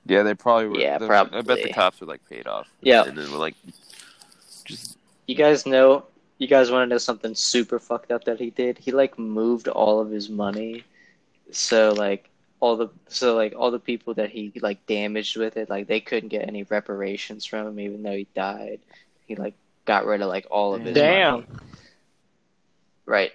A: Yeah, they probably were.
C: Yeah,
A: the- I bet
C: probably.
A: the cops were like paid off.
C: Yeah.
A: and then were like, just
C: You guys know, you guys want to know something super fucked up that he did? He like moved all of his money. So like all the so like all the people that he like damaged with it, like they couldn't get any reparations from him even though he died. He like got rid of like all of his
E: Damn.
C: money. Right.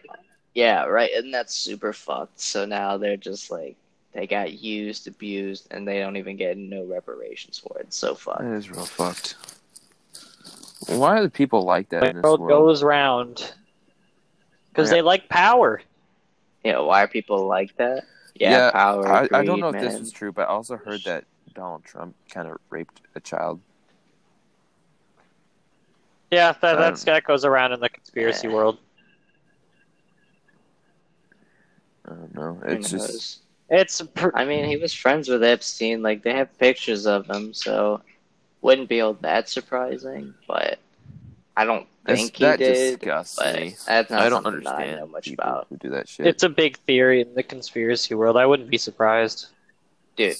C: Yeah, right. And that's super fucked. So now they're just like they got used, abused, and they don't even get no reparations for it. So fucked.
A: that is real fucked. Why are the people like that in this
B: The world
A: world?
B: goes round because
A: Yeah.
B: they like power.
C: You know, why are people like that? Yeah,
A: Yeah,
C: power.
A: I, I don't
C: greed,
A: know if this
C: man.
A: is true, but I also heard that Donald Trump kind of raped a child.
B: Yeah,
A: I
B: that
A: don't-
B: that's, that goes around in the conspiracy
C: Yeah.
B: world.
A: I don't know.
C: Who
A: It's just
C: knows?
B: It's pr-
C: I mean, he was friends with Epstein. Like they have pictures of him, so wouldn't be all that surprising. But I don't
A: that's-
C: think
A: that
C: he did.
A: disgusts
C: But
A: me.
C: that's not
A: I don't
C: something
A: understand
C: that I know much
A: people
C: about,
A: who do that shit.
B: it's a big theory in the conspiracy world. I wouldn't be surprised.
C: dude.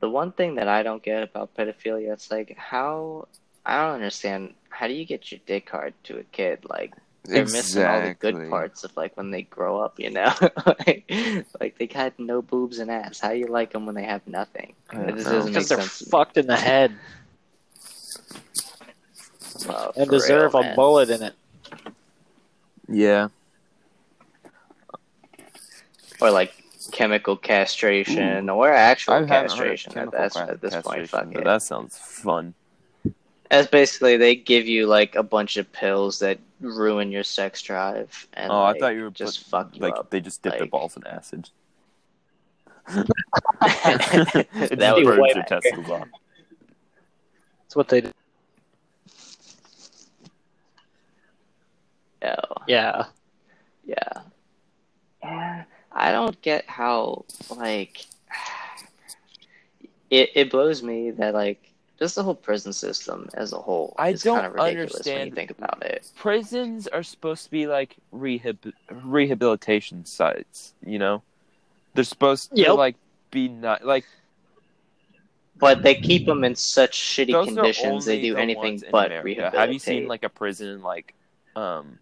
C: The one thing that I don't get about pedophilia, it's like how I don't understand. How do you get your dick hard to a kid? Like they're missing all the
A: Exactly.
C: good parts of like when they grow up. You know, like, like they had no boobs and ass. How do you like them when they have nothing?
A: I don't
C: It just
A: know.
C: doesn't make
B: Because they're
C: sense. to me.
B: fucked in the head
C: Well,
B: and
C: Oh, for
B: deserve
C: real,
B: a
C: man.
B: bullet in it.
A: Yeah.
C: or like chemical castration or actual
A: I haven't heard of
C: castration at,
A: chemical
C: that's,
A: cla-
C: at this point
A: castration,
C: fuck
A: but
C: it.
A: that sounds fun.
C: that's basically they give you like a bunch of pills that ruin your sex drive and
A: oh,
C: like,
A: I thought you were
C: just
A: put-
C: fuck you
A: like
C: up
A: they just dip their
C: like-
A: balls in acid. it
C: that
A: just
C: would
A: burns
C: be
A: your
C: way
A: testicles off.
B: That's what they do.
C: better.
B: Yeah.
C: Yeah. Yeah. I don't get how like it it blows me that like just the whole prison system as a whole
A: I
C: is
A: don't
C: kind of ridiculous when you
A: understand-
C: think about it.
A: Prisons are supposed to be like rehab rehabilitation sites. You know, they're supposed to
B: Yep.
A: like be not like
C: But they keep them in such shitty
A: those are
C: conditions.
A: only
C: They do
A: the
C: anything
A: ones in
C: but
A: America.
C: rehabilitate.
A: Have you seen like a prison like um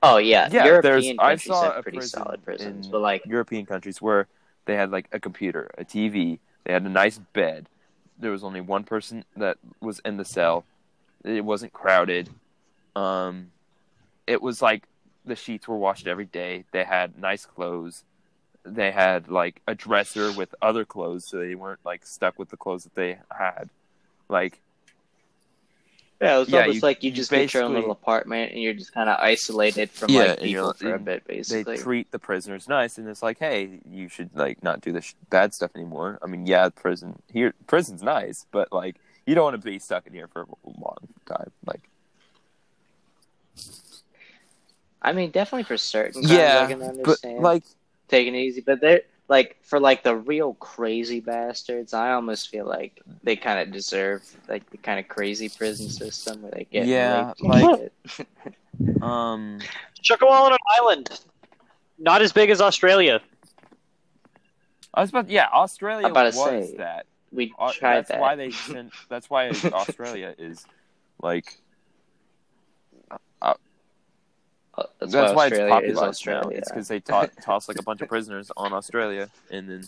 C: Oh yeah,
A: Yeah, there's-
C: European
A: I
C: countries
A: saw a
C: have pretty
A: prison
C: solid prisons,
A: in-
C: but like
A: European countries where they had like a computer, a TV, they had a nice bed. There was only one person that was in the cell. It wasn't crowded. Um, it was like the sheets were washed every day. They had nice clothes. They had like a dresser with other clothes, so they weren't like stuck with the clothes that they had. Like,
C: yeah, it was
A: Yeah,
C: almost
A: you-
C: like you
A: you
C: just get your own
A: basically-
C: little apartment and you're just kind of isolated from
A: Yeah,
C: like
A: and you're
C: people
A: like-
C: for a bit,
A: they
C: basically.
A: treat the prisoners nice, and it's like, hey, you should like not do this sh- bad stuff anymore. I mean, yeah, prison here, prison's nice, but like you don't want to be stuck in here for a long time. Like,
C: I mean, definitely for certain. Crimes,
A: yeah,
C: I can
A: but
C: understand.
A: like,
C: taking it easy, but they're like for like the real crazy bastards. I almost feel like they kind of deserve like the kind of crazy prison system where they get
A: Yeah,
C: raped and
A: like-
C: shit.
A: um,
B: Chuckawalla Island. Not as big as Australia.
A: I was about, yeah, Australia
C: I'm about
A: was
C: to say,
A: that.
C: we
A: Au-
C: tried
A: uh, that's
C: that.
A: why they sent. That's why Australia is like. Uh,
C: That's,
A: That's why, it's
C: Australia is
A: popularized
C: Australia.
A: now. It's because they to- toss like a bunch of prisoners on Australia, and then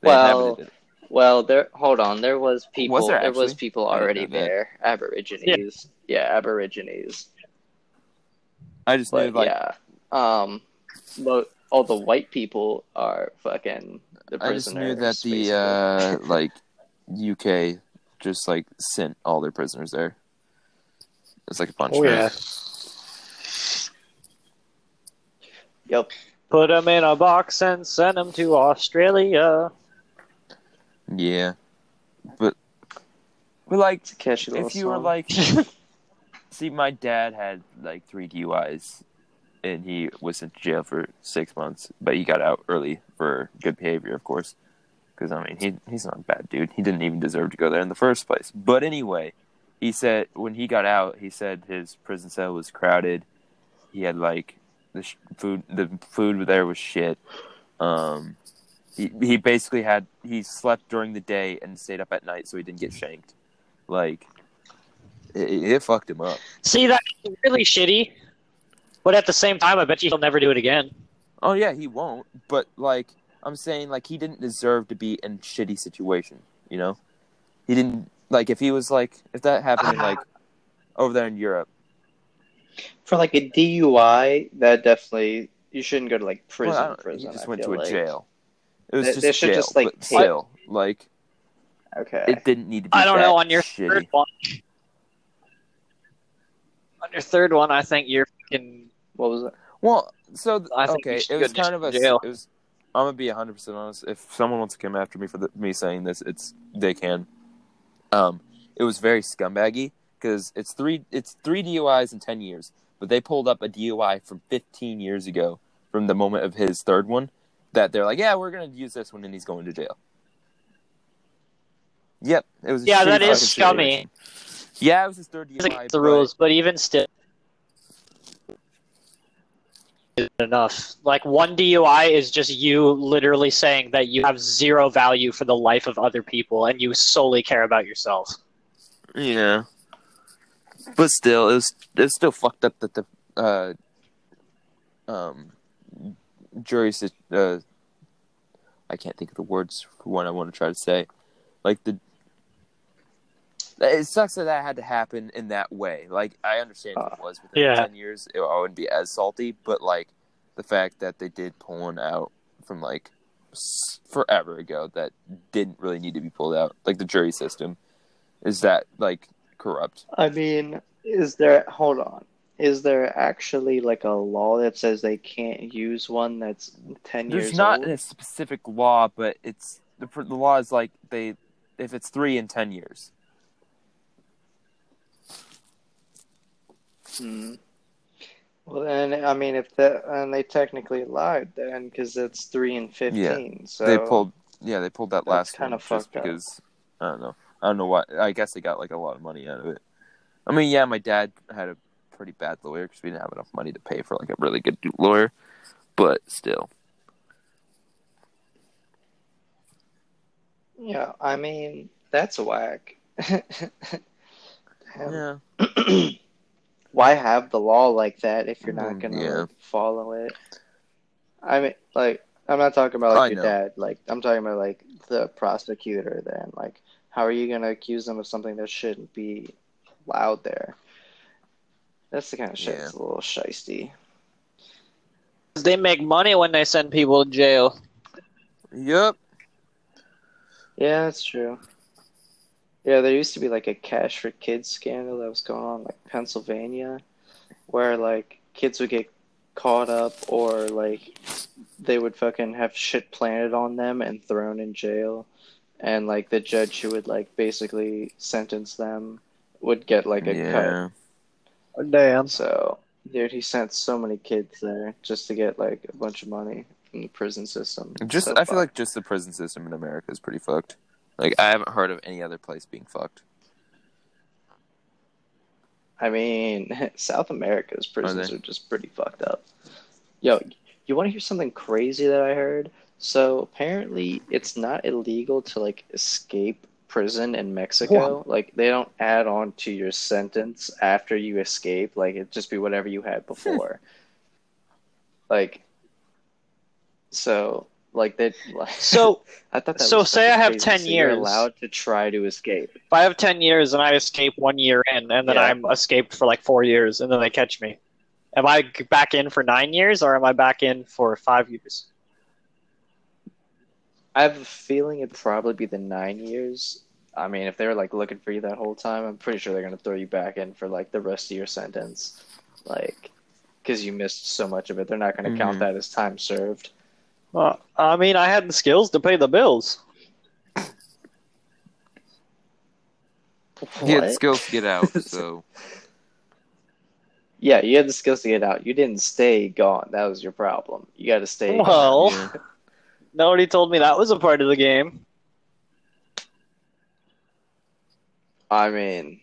A: they
C: Well,
A: inhabited it.
C: Well, there. Hold on. There was people.
A: there
C: there was
A: actually?
C: people
A: I didn't
C: already
A: know that.
C: there. Aborigines. Yeah. Aborigines.
A: I just knew like
C: But yeah. Um. Lo- all the white people are fucking the
A: I just
C: prisoners.
A: knew that
C: basically.
A: the uh, like UK just like sent all their prisoners there. It's like a bunch.
B: Oh,
A: right?
B: yeah.
C: Yep.
E: Put them in a box and send them to Australia.
A: yeah, but but like
C: It's a catchy little
A: if you were
C: song.
A: like, see, my dad had like three DUIs, and he was sent to jail for six months, but he got out early for good behavior, of course, because I mean he he's not a bad dude. He didn't even deserve to go there in the first place. But anyway, he said when he got out, he said his prison cell was crowded. He had like the sh- food. The food there was shit. Um. He, he basically had he slept during the day and stayed up at night so he didn't get shanked like it, it fucked him up.
E: See, that's really shitty. But at the same time, I bet you he'll never do it again.
A: Oh yeah, he won't. But like I'm saying, like he didn't deserve to be in shitty situation. You know, he didn't like if he was like if that happened in, like over there in Europe.
C: for like a DUI, that definitely you shouldn't go to like prison.
A: well, I don't-
C: prison.
A: he just
C: I
A: went
C: feel
A: to a
C: like.
A: jail. It was
C: They-
A: just
C: they should
A: jail,
C: just, like,
A: but
C: take-
A: still, like
C: Okay.
A: it didn't need to be.
E: I don't
A: that
E: know. On your third
A: shitty.
E: one, on your third one, I think you're fucking.
C: What was it?
A: Well, so th-
E: I think you
A: okay,
E: should
A: it
E: go
A: was
E: to
A: kind of a.
E: jail.
A: It was. I'm gonna be 100 percent honest. If someone wants to come after me for the, me saying this, it's they can. Um, it was very scumbaggy because it's three it's three DUIs in 10 years, but they pulled up a DUI from 15 years ago from the moment of his third one that they're like, yeah, we're gonna use this one and he's going to jail. Yep, it was. a
E: Yeah,
A: shitty
E: that is
A: fucking
E: scummy.
A: situation. Yeah, it was his third
E: It's
A: DUI.
E: against the rules, but even still, isn't enough. Like one DUI is just you literally saying that you have zero value for the life of other people, and you solely care about yourself.
A: Yeah. But still, it was it was still fucked up that the uh, um, jury sit- uh, I can't think of the words for what I want to try to say. Like the it sucks that that had to happen in that way. Like I understand if it was within
E: Yeah.
A: ten years, it, I wouldn't be as salty. But like the fact that they did pull one out from like s- forever ago that didn't really need to be pulled out, like the jury system, is that like corrupt?
C: I mean, is there? Hold on. Is there actually like a law that says they can't use one that's ten
A: There's
C: years
A: not
C: old?
A: a specific law, but it's the, pr- the law is like they if it's three in ten years.
C: Hmm. Well, then I mean, if that and they technically lied then because it's three and fifteen. So
A: they pulled, yeah, they pulled that last
C: That's kinda
A: one just
C: fucked up.
A: because I don't know, I don't know why. I guess they got like a lot of money out of it. I mean, yeah, my dad had a pretty bad lawyer because we didn't have enough money to pay for like a really good lawyer, but still,
C: Yeah, I mean that's whack. Damn.
A: yeah,
C: Why have the law like that if you're not
A: Mm,
C: gonna
A: yeah.
C: like, follow it? I mean, like, I'm not talking about
A: I
C: like your
A: know.
C: dad. Like, I'm talking about like the prosecutor. Then, like, how are you gonna accuse them of something that shouldn't be allowed there? That's the kind of shit
A: Yeah.
C: that's a little shisty.
E: They make money when they send people to jail.
A: yep.
C: Yeah, that's true. Yeah, there used to be like a cash for kids scandal that was going on in, like Pennsylvania, where like kids would get caught up or like they would fucking have shit planted on them and thrown in jail, and like the judge who would like basically sentence them would get like a cut.
A: Yeah,
E: Damn.
C: So, dude, he sent so many kids there just to get like a bunch of money from the prison system.
A: just
C: So
A: I feel
C: fucked.
A: like just the prison system in America is pretty fucked. Like I haven't heard of any other place being fucked.
C: I mean, South America's prisons
A: they?
C: are, just pretty fucked up. Yo, you want to hear something crazy that I heard? So apparently, it's not illegal to like escape prison in Mexico. Like they don't add
E: Hmm.
C: on to your sentence after you escape. Like it just be whatever you had before. Like, so like they like
E: So
C: I thought that
E: so
C: was
E: say I
C: fucking
E: have
C: crazy.
E: 10
C: So you're
E: years.
C: allowed to try to escape.
E: if I have ten years and I escape one year in, and then
C: Yeah.
E: I'm escaped for like four years, and then they catch me, am I g- back in for nine years or am I back in for five years?
C: I have a feeling it'd probably be the nine years. I mean, if they were like looking for you that whole time, I'm pretty sure they're gonna throw you back in for like the rest of your sentence, like because you missed so much of it. They're not gonna count
A: Mhm.
C: that as time served.
E: Well, I mean, I had the skills to pay the bills.
A: He had
C: What?
A: skills to get out, so
C: Yeah, you had the skills to get out. You didn't stay gone. That was your problem. You got to stay. gone.
E: Well,
A: yeah.
E: nobody told me that was a part of the game.
C: I mean,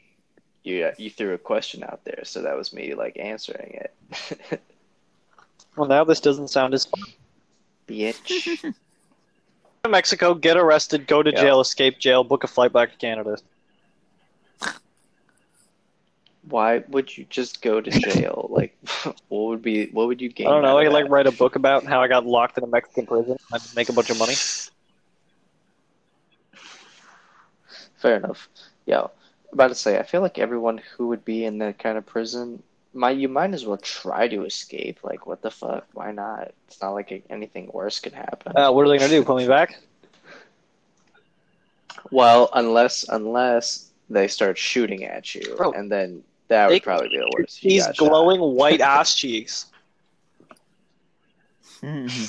C: you you threw a question out there, so that was me like answering it.
E: Well, now this doesn't sound as fun.
C: Bitch.
E: To Mexico, get arrested, go to
C: Yeah.
E: jail, escape jail, book a flight back to Canada.
C: Why would you just go to jail? Like, what would be what would you gain?
E: I don't know.
C: out
E: I
C: of
E: like
C: that?
E: write a book about how I got locked in a Mexican prison and make a bunch of money.
C: Fair enough. Yeah, I'm about to say, I feel like everyone who would be in that kind of prison, might you might as well try to escape. Like, what the fuck? Why not? It's not like anything worse could happen.
E: Uh, what are they gonna do? Put me back?
C: Well, unless unless they start shooting at you,
E: Bro,
C: and then that
E: they-
C: would probably be the worst. You
E: These
C: got shot.
E: glowing white ass cheeks.
C: And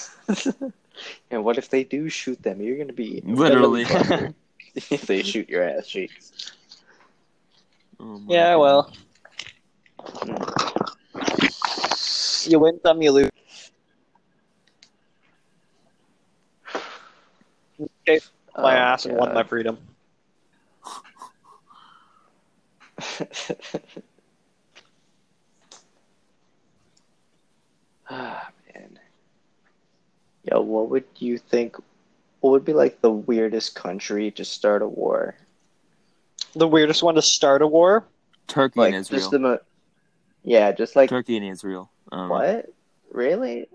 C: what if they do shoot them? You're gonna be
A: Literally.
C: fuckered if they shoot your ass cheeks.
A: Oh my
E: Yeah,
A: God.
E: well. You win some, you lose. Okay, my
C: Oh,
E: ass and won
C: God.
E: my freedom.
C: Ah man. Yo, what would you think? What would be like the weirdest country to start a war?
E: The weirdest one to start a war?
A: Turkey
C: Like
A: and Israel.
C: just the mo- yeah, just like
A: Turkey and Israel. Um,
C: what? Really?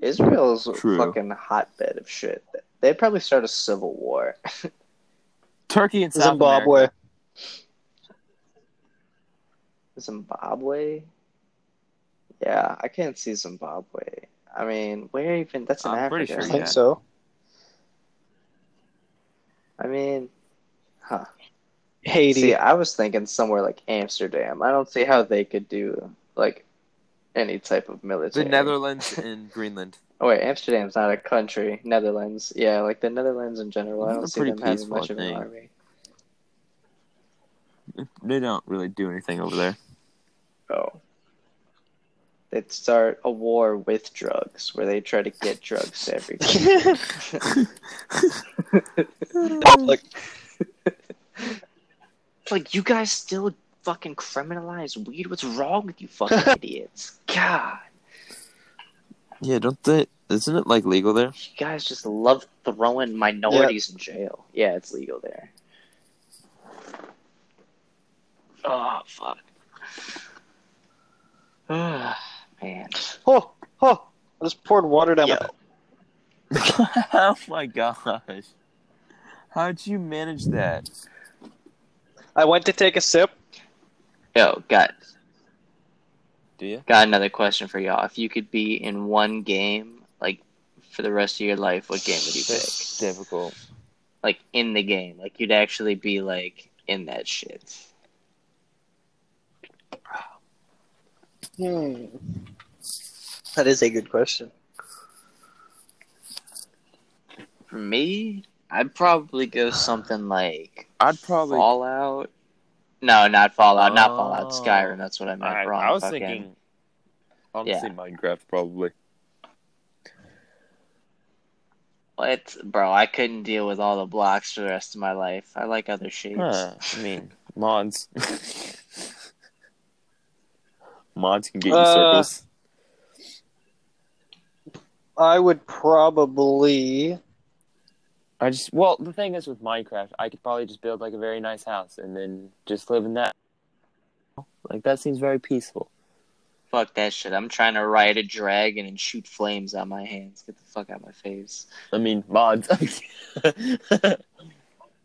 C: Israel's a
A: True.
C: fucking hotbed of shit. They'd probably start a civil war.
A: Turkey and South
E: Zimbabwe.
A: America.
C: Zimbabwe? Yeah, I can't see Zimbabwe. I mean, where even? That's in
A: I'm
C: Africa.
A: pretty
E: I
A: sure,
E: think
A: yeah.
E: so.
C: I mean, huh.
E: Haiti.
C: See, I was thinking somewhere like Amsterdam. I don't see how they could do like any type of
A: The
C: military.
A: Netherlands and Greenland.
C: Oh wait, Amsterdam's not a country. Netherlands, yeah, like the Netherlands in general. I
A: They're
C: don't see
A: pretty
C: them having
A: peaceful,
C: much
A: I
C: of an
A: think.
C: army.
A: They don't really do anything over there.
C: Oh. They'd start a war with drugs, where they try to get drugs to every
E: Public.
C: It's like you guys still fucking criminalize weed. What's wrong with you fucking idiots? God,
A: Yeah, don't they? Isn't it like legal there?
C: you guys just love throwing minorities in jail. Yeah, it's legal there. Oh fuck. Man.
E: oh, oh, I just poured water down
C: Yo.
E: my.
A: oh my gosh! How'd you manage that?
E: I went to take a sip.
C: Yo, got
A: Do you?
C: got another question for y'all. If you could be in one game, like for the rest of your life, what game would you pick?
A: That's difficult.
C: Like in the game, like you'd actually be like in that shit.
E: Hmm. That is a good question.
C: For me, I'd probably go something like
A: I'd probably.
C: Fallout. No, not Fallout. Not Fallout.
A: Oh.
C: Skyrim. That's what I meant.
A: I,
C: wrong.
A: I was
C: fucking-
A: thinking. Honestly, Minecraft probably.
C: What, bro? I couldn't deal with all the blocks for the rest of my life. I like other shapes.
A: Huh, I mean, mods. mods can get you
E: Uh,
A: circles.
E: I would probably.
G: I just well, the thing is with Minecraft, I could probably just build like a very nice house and then just live in that. Like that seems very peaceful.
C: Fuck that shit. I'm trying to ride a dragon and shoot flames out my hands. Get the fuck out of my face.
A: I mean, mods.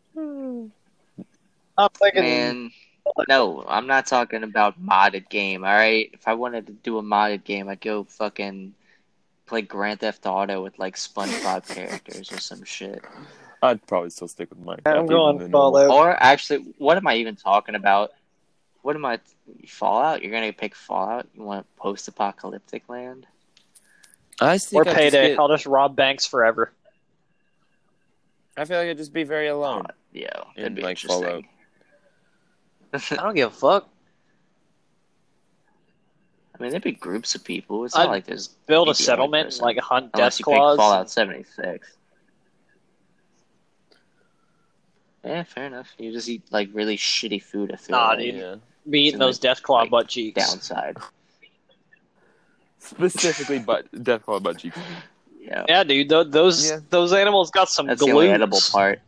B: I'm thinking
C: Man, no, I'm not talking about modded game, alright? If I wanted to do a modded game, I'd go fucking play Grand Theft Auto with like SpongeBob characters or some shit.
A: I'd probably still stick with Minecraft.
B: I'm
A: even
B: going
A: than normal.
B: Fallout.
C: Or actually, what am I even talking about? What am I Fallout? You're gonna pick Fallout? You want post apocalyptic land?
A: I think
E: Or
A: I'd just
E: payday.
A: get-
E: I'll just rob banks forever.
A: I feel like I'd just be very alone.
C: Yeah,
A: And,
C: Uh, that'd be
A: like,
C: interesting.
E: I don't give a fuck.
C: I mean, there'd be groups of people. It's
E: I'd
C: not like there's
E: Build
C: Maybe
E: a
C: one
E: settlement, and,
C: person.
E: like hunt
C: unless
E: death
C: you pick Fallout
E: claws.
C: seventy six. Yeah, fair enough. You just eat like really shitty food. I feel
E: Nah,
C: like.
E: dude.
A: Yeah.
E: Be eating
C: Like,
E: those death claw
C: like,
E: butt cheeks.
C: Downside.
A: Specifically, but Deathclaw butt cheeks.
C: Yeah,
E: Yeah, dude. Th- those
A: Yeah.
E: those animals got some
C: that's
E: glutes.
C: the only edible part,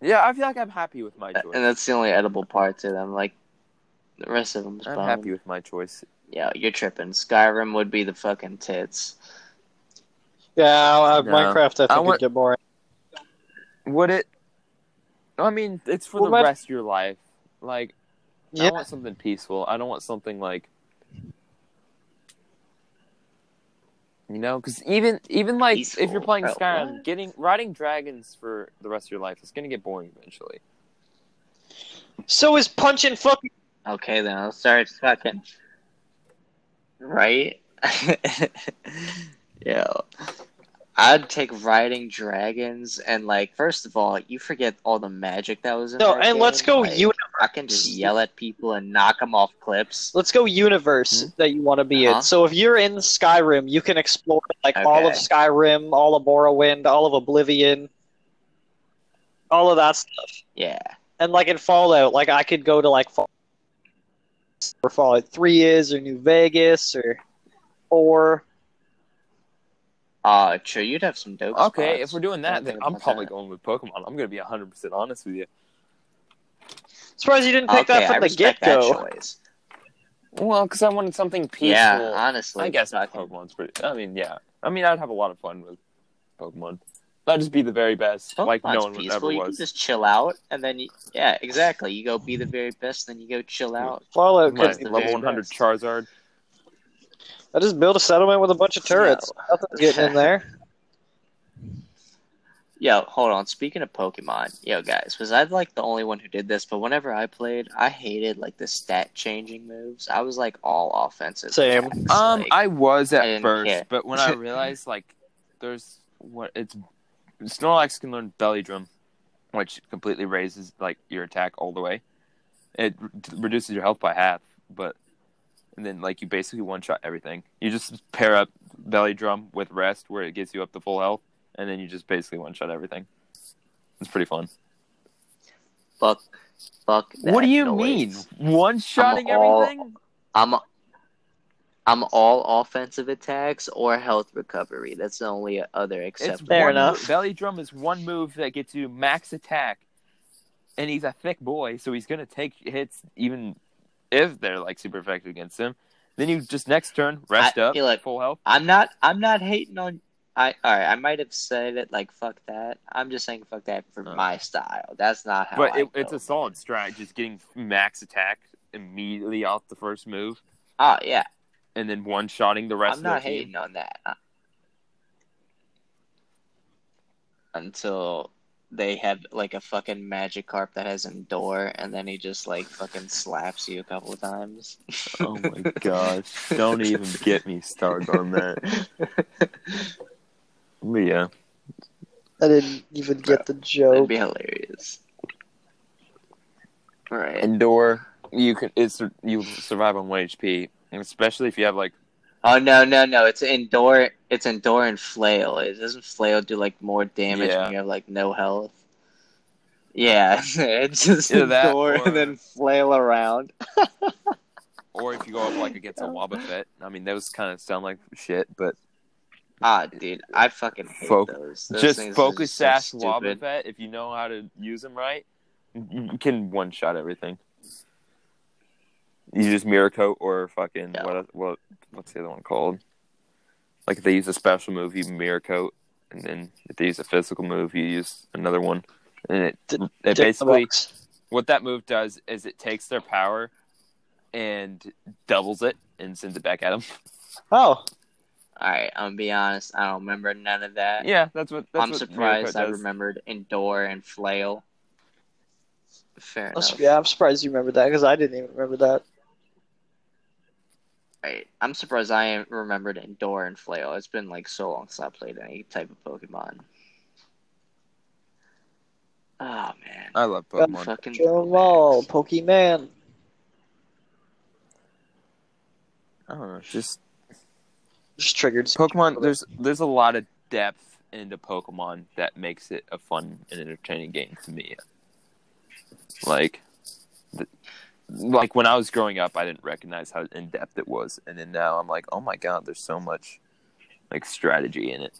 A: Yeah, I feel like I'm happy with my choice.
C: and that's the only edible part to them. Like the rest of them is
A: I'm
C: bomb.
A: happy with my choice.
C: Yeah, you're tripping. Skyrim would be the fucking tits.
B: Yeah, I- I-
A: No.
B: Minecraft. I think
A: I
B: would
A: want-
B: get boring.
A: Would it? I mean, it's for
B: Well,
A: the
B: that-
A: rest of your life. Like,
B: Yeah,
A: I want something peaceful. I don't want something like, you know, because even even like if
C: Peaceful,
A: you're playing
C: bro,
A: Skyrim,
C: what?
A: getting riding dragons for the rest of your life is gonna get boring eventually.
E: So is punching fucking.
C: Okay, then I'll start fucking. Right? yeah. I'd take riding dragons and like first of all, you forget all the magic that was in
E: No,
C: that
E: and let's
C: game.
E: go.
C: Like,
E: Uni-
C: I can just yell at people and knock them off cliffs.
E: let's go universe that you want to be
C: Uh-huh.
E: in. So if you're in Skyrim, you can explore like all of
C: Okay.
E: Skyrim, all of Morrowind, all of Oblivion, all of that stuff.
C: Yeah.
E: And like in Fallout, like I could go to like Fall- where Fallout Three is, or New Vegas, or or
C: Uh true, you'd have some dope
A: Okay,
C: spots.
A: if we're doing that,
C: Don't
A: then
C: think
A: I'm
C: about
A: probably
C: that.
A: going with Pokemon. I'm gonna be 100 percent honest with you.
E: surprised you didn't pick
C: okay,
E: that from
C: I
E: the get
C: respect that
E: go.
C: choice.
A: Well, because I wanted something peaceful.
C: Yeah, honestly.
A: I guess
C: fucking-
A: Pokemon's pretty. I mean, yeah. I mean, I'd have a lot of fun with Pokemon. That'd just be the very best, like no
C: Pokemon's
A: one
C: Oh, peaceful.
A: ever
C: you
A: was.
C: can just chill out, and then you, yeah, exactly. You go be the very best, then you go chill out.
B: Fallout.
A: My
B: Could
C: Right.
B: be
C: the
A: level
C: very
A: 100
C: best.
A: Charizard.
B: I just build a settlement with a bunch of turrets. Nothing's getting in there.
C: Yo, hold on. Speaking of Pokemon, yo guys, was I like the only one who did this? But whenever I played, I hated like the stat changing moves. I was like all offensive.
B: Same.
C: attacks,
A: Um,
C: like-
A: I was
C: I
A: at
C: didn't
A: first,
C: care.
A: but when I realized like there's what it's Snorlax can learn Belly Drum, which completely raises like your attack all the way. It re- reduces your health by half, but and then like you basically one shot everything. You just pair up Belly Drum with Rest, where it gets you up to full health, and then you just basically one shot everything. It's pretty fun.
C: fuck, fuck.
A: what
C: that
A: do you
C: noise.
A: mean one shotting
C: I'm all-
A: everything?
C: I'm, I'm all offensive attacks or health recovery. That's the only other
A: It's
C: exception.
E: Fair
A: one
E: enough.
A: move- Belly drum is one move that gets you max attack, and he's a thick boy, so he's gonna take hits even if they're like super effective against him. Then you just next turn rest
C: I
A: up,
C: feel like-
A: full health.
C: I'm not. I'm not hating on. I all right. I might have said it like fuck that. I'm just saying fuck that for
A: Oh.
C: my style. That's not how.
A: But
C: I
A: it, it's
C: go.
A: a solid strat, just getting max attack immediately off the first move,
C: Oh yeah.
A: and then one shotting the rest
C: I'm
A: of
C: not
A: the team.
C: hating on that. Uh, Until they have like a fucking Magikarp that has Endure, and then he just like fucking slaps you a couple of times.
A: Oh my gosh! Don't even get me started on that. But yeah,
B: I didn't even get the
C: That'd
B: joke.
C: be hilarious. Right.
A: indoor you can it's you survive on one HP, and especially if you have like.
C: Oh no no no! It's Endure. It's Endure and Flail. It doesn't Flail do like more damage
A: Yeah.
C: when you have like no health. Yeah, it's just
A: Either that
C: Endure
A: or-
C: and then flail around.
A: or if you go up like against a Wobbuffet. I mean, those kind of sound like shit, but
C: Ah, dude, I fucking hate
A: Foc-
C: those. Those
A: just
C: things are
A: focus
C: so
A: sash
C: stupid.
A: Wobbuffet if you know how to use them right. You can one shot everything. You use Miracote or fucking
C: No.
A: what? What? What's the other one called? Like if they use a special move, you Miracote, and then if they use a physical move, you use another one. And it
B: Did-
A: it
B: Dick in the
A: basically
B: box.
A: what that move does is it takes their power and doubles it and sends it back at them.
B: Oh,
C: All right, I'm gonna be honest. I don't remember none of that.
A: Yeah, that's what. That's
C: I'm
A: what
C: surprised
A: Miracote
C: I
A: does.
C: remembered Endor and Flail. Fair
B: I'm su-
C: enough.
B: yeah, I'm surprised you remember that because I didn't even remember that.
C: Right. I'm surprised I ain't remembered Endor and Flail. It's been like so long since I played any type of Pokemon. Oh man.
A: I love
B: Well,
A: Pokemon.
C: Fucking
B: Joe Mall, Pokemon.
A: I don't know. it's Just
B: Just triggered.
A: Pokemon. There's there's a lot of depth into Pokemon that makes it a fun and entertaining game to me. Like, the, like when I was growing up, I didn't recognize how in depth it was, and then now I'm like, oh my god, there's so much like strategy in it.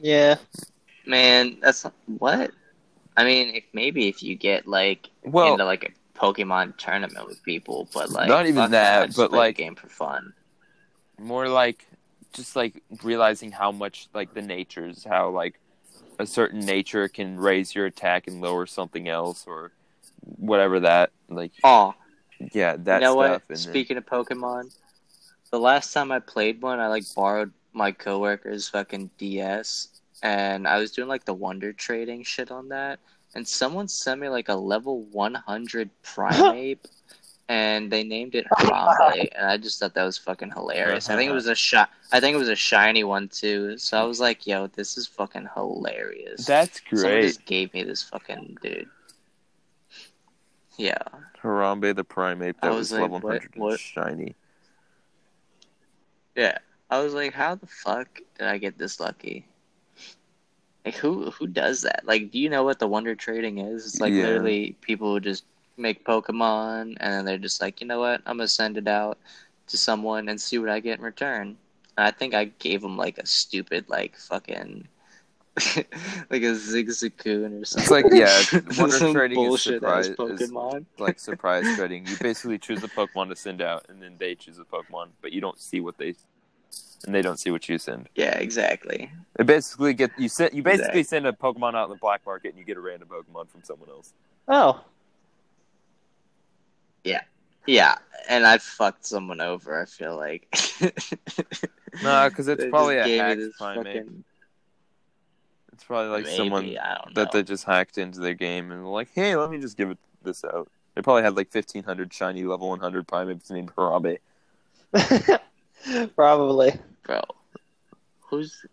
B: Yeah.
C: Man, that's what? I mean, if maybe if you get like
A: Well,
C: into like a Pokemon tournament with people, but like
A: Not even
C: fuck
A: that,
C: I just
A: but,
C: play the
A: like-
C: game for fun.
A: more like just like realizing how much like the natures how like a certain nature can raise your attack and lower something else or whatever that like
C: Oh,
A: yeah that
C: you know
A: stuff
C: what?
A: and then-
C: Speaking of Pokemon, the last time I played one, I like borrowed my coworker's fucking DS, and I was doing like the wonder trading shit on that, and someone sent me like a level one hundred Primeape, and they named it Harambe, and I just thought that was fucking hilarious. I think it was a shot. I think it was a shiny one too. So I was like, "Yo, this is fucking hilarious."
A: that's
C: Someone
A: great
C: just gave me this fucking dude. Yeah.
A: harambe the primate that
C: I
A: was,
C: was like,
A: level
C: what-
A: 100 and
C: what?
A: shiny
C: Yeah. I was like, how the fuck did I get this lucky? Like who who does that? Like do you know what the wonder trading is? It's like
A: Yeah.
C: literally people who just make Pokemon and then they're just like, you know what, I'm gonna send it out to someone and see what I get in return. And I think I gave him like a stupid like fucking like a Zigzagoon or something.
A: like, yeah, wonder
C: Some
A: trading is
C: bullshit ass
A: surprise- is-
C: Pokemon.
A: like surprise trading you basically choose a pokemon to send out and then they choose a pokemon but you don't see what they and they don't see what you send
C: Yeah, exactly.
A: it basically get you send you basically
C: Exactly.
A: send a pokemon out in the black market and you get a random pokemon from someone else
B: Oh,
C: Yeah, and I fucked someone over. I feel like.
A: Nah, 'cause it's
C: They
A: probably
C: just
A: a
C: gave me
A: hacked
C: this
A: primate.
C: fucking-
A: It's probably like
C: maybe,
A: someone
C: I don't
A: that
C: know.
A: they just hacked into their game and were like, hey, let me just give it this out. They probably had like 1500 shiny level 100 primates named Harambe.
B: probably.
C: bro. Who's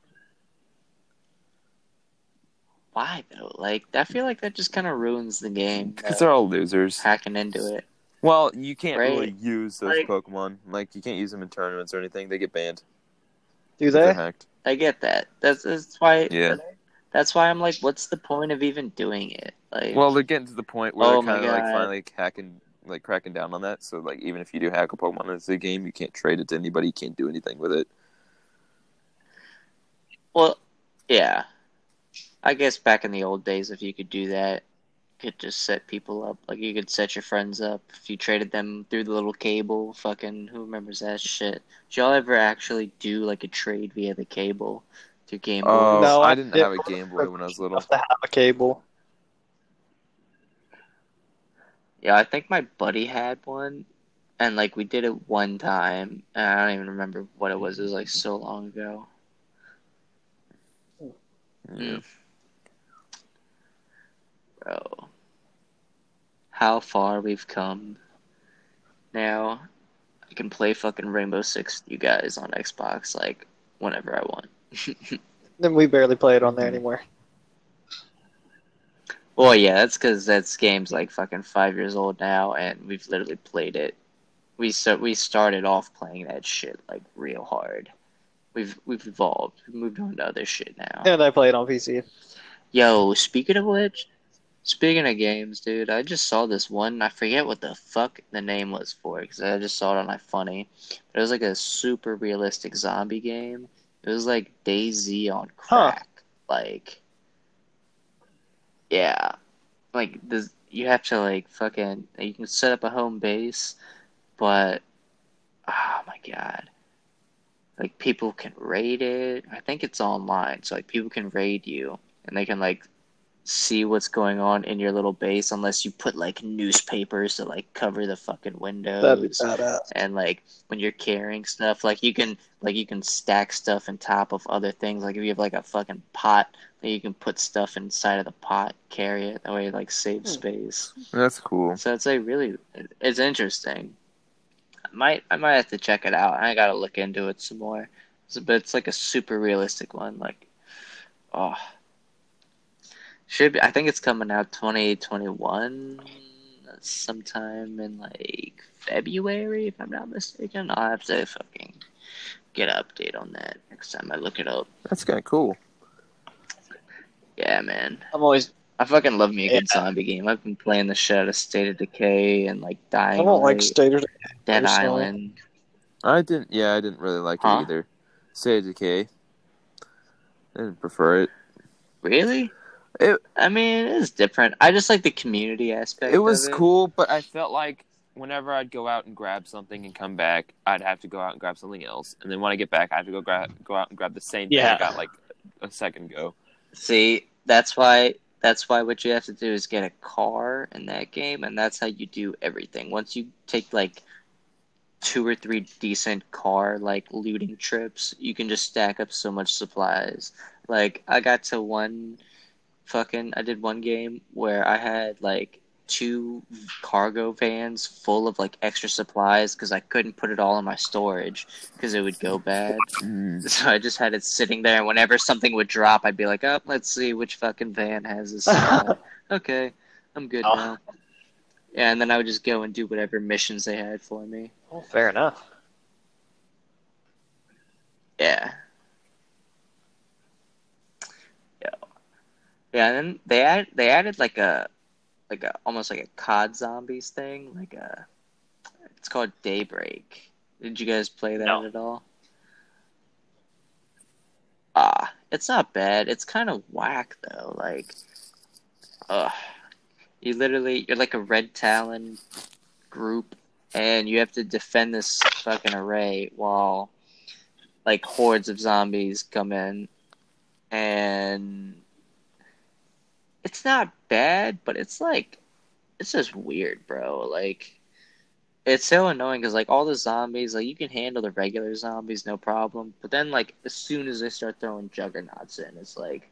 C: why though? Like I feel like that just kind of ruins the game.
A: Because
C: though,
A: they're all losers.
C: hacking into it.
A: Well, you can't
C: Right.
A: really use those
E: Like-
A: Pokemon. Like, you can't use them in tournaments or anything. They get banned.
B: Do
A: if They're
B: they?
A: hacked.
C: I get that. That's that's why.
A: Yeah.
C: That's why I'm like, what's the point of even doing it? Like,
A: Well, they're getting to the point where
C: Oh
A: they're
C: my
A: kind of like
C: God.
A: finally hacking, like cracking down on that. So, like, even if you do hack a Pokemon into the game, you can't trade it to anybody. You can't do anything with it.
C: Well, yeah. I guess back in the old days, if you could do that, you could just set people up. Like, you could set your friends up if you traded them through the little cable. Fucking, who remembers that shit? Did y'all ever actually do, like, a trade via the cable through Game Boy?
A: Oh,
B: No,
A: I
B: I
A: didn't
B: did-
A: have a Game Boy when I was little.
B: Have to have a cable.
C: Yeah, I think my buddy had one, and, like, we did it one time, and I don't even remember what it was. It was, like, so long ago.
A: Yeah.
C: Bro. How far we've come. Now I can play fucking Rainbow Six with you guys on Xbox like whenever I want.
B: Then we barely play it on there anymore.
C: Well yeah, that's cause that's game's like fucking five years old now and we've literally played it. We so we started off playing that shit like real hard. We've we've evolved. We've moved on to other shit now.
B: And I play it on PC.
C: Yo, speaking of which, speaking of games, dude, I just saw this one. I forget what the fuck the name was for because I just saw it on my funny. But it was like a super realistic zombie game. It was like DayZ on
B: Huh.
C: crack. Like, yeah, like this. you have to like fucking you can set up a home base, but oh my god. Like people can raid it. I think it's online, so like people can raid you and they can like see what's going on in your little base unless you put like newspapers to like cover the fucking windows
B: That'd be badass.
C: and like when you're carrying stuff like you can like you can stack stuff on top of other things like if you have like a fucking pot then you can put stuff inside of the pot carry it that way it, like
B: Hmm.
C: save space
A: That's cool.
C: so it's like really it's interesting i might i might have to check it out i gotta look into it some more So- but it's like a super realistic one like oh should be, i think it's coming out 2021 sometime in like February, if I'm not mistaken. I'll have to fucking get an update on that next time I look it up.
A: That's kind of cool.
C: Yeah, man.
E: I'm always
C: I fucking love me a good
E: Yeah.
C: zombie game. I've been playing the shit out of State of Decay and like
B: I
C: Dying
B: don't like
C: Light,
B: State of
C: Dead
B: personally.
C: Island.
A: I didn't. Yeah, I didn't really like
C: Huh?
A: it either. State of Decay. I didn't prefer it.
C: Really?
A: It-
C: I mean, it is different. I just like the community aspect.
A: It
C: of
A: was cool, but I felt like whenever I'd go out and grab something and come back, I'd have to go out and grab something else, and then when I get back, I have to go grab go out and grab the same thing
E: Yeah.
A: I got like a second ago.
C: See, that's why that's why what you have to do is get a car in that game and that's how you do everything. Once you take like two or three decent car like looting trips, you can just stack up so much supplies. Like I got to one fucking I did one game where I had like two cargo vans full of like extra supplies cuz I couldn't put it all in my storage cuz it would go bad. So I just had it sitting there, and whenever something would drop, I'd be like, "Oh, let's see which fucking van has this." supply." okay, I'm good
E: Oh.
C: now. Yeah, and then I would just go and do whatever missions they had for me.
E: oh, fair enough.
C: Yeah. Yeah. Yeah, and then they add they added like a like a almost like a COD zombies thing, like a it's called Daybreak. Did you guys play that
E: No.
C: at all? Ah, it's not bad. It's kind of whack though. Like, ugh, you literally you're like a red talon group, and you have to defend this fucking array while like hordes of zombies come in, and it's not bad, but it's like it's just weird, bro. Like it's so annoying because like all the zombies, like you can handle the regular zombies no problem, but then like as soon as they start throwing juggernauts in, it's like,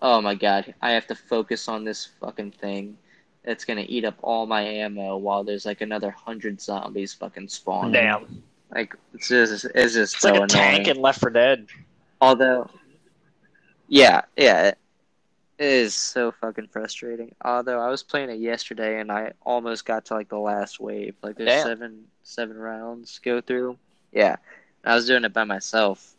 C: oh my god, I have to focus on this fucking thing. That's gonna eat up all my ammo while there's like another hundred zombies fucking spawning.
E: Damn,
C: Like it's just it's just
E: it's
C: Hmm. so
E: like a
C: annoying.
E: tank in Left 4 Dead.
C: Although, yeah, yeah, it is so fucking frustrating. Although I was playing it yesterday and I almost got to like the last wave. Like there's
E: Damn.
C: seven seven rounds to go through. Yeah, I was doing it by myself,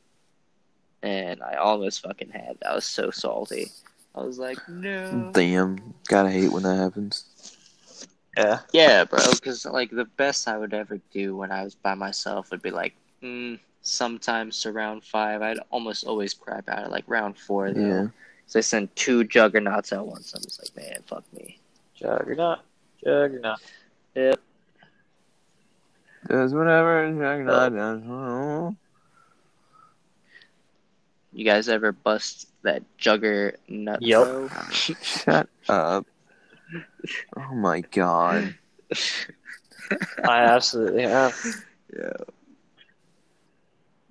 C: and I almost fucking had. I was so salty. I was like, no.
A: Damn, gotta hate when that happens.
E: Yeah.
C: Yeah, bro. Because like the best I would ever do when I was by myself would be like, mm, sometimes to round five. I'd almost always crap out at like round four though.
A: Yeah.
C: So they send two juggernauts at once. I'm just like, man, fuck me.
E: Juggernaut. Juggernaut.
A: Does whatever. Juggernaut does.
C: You guys ever bust that juggernaut?
E: Yep.
C: though?
A: Shut up. Oh my god.
E: I absolutely have.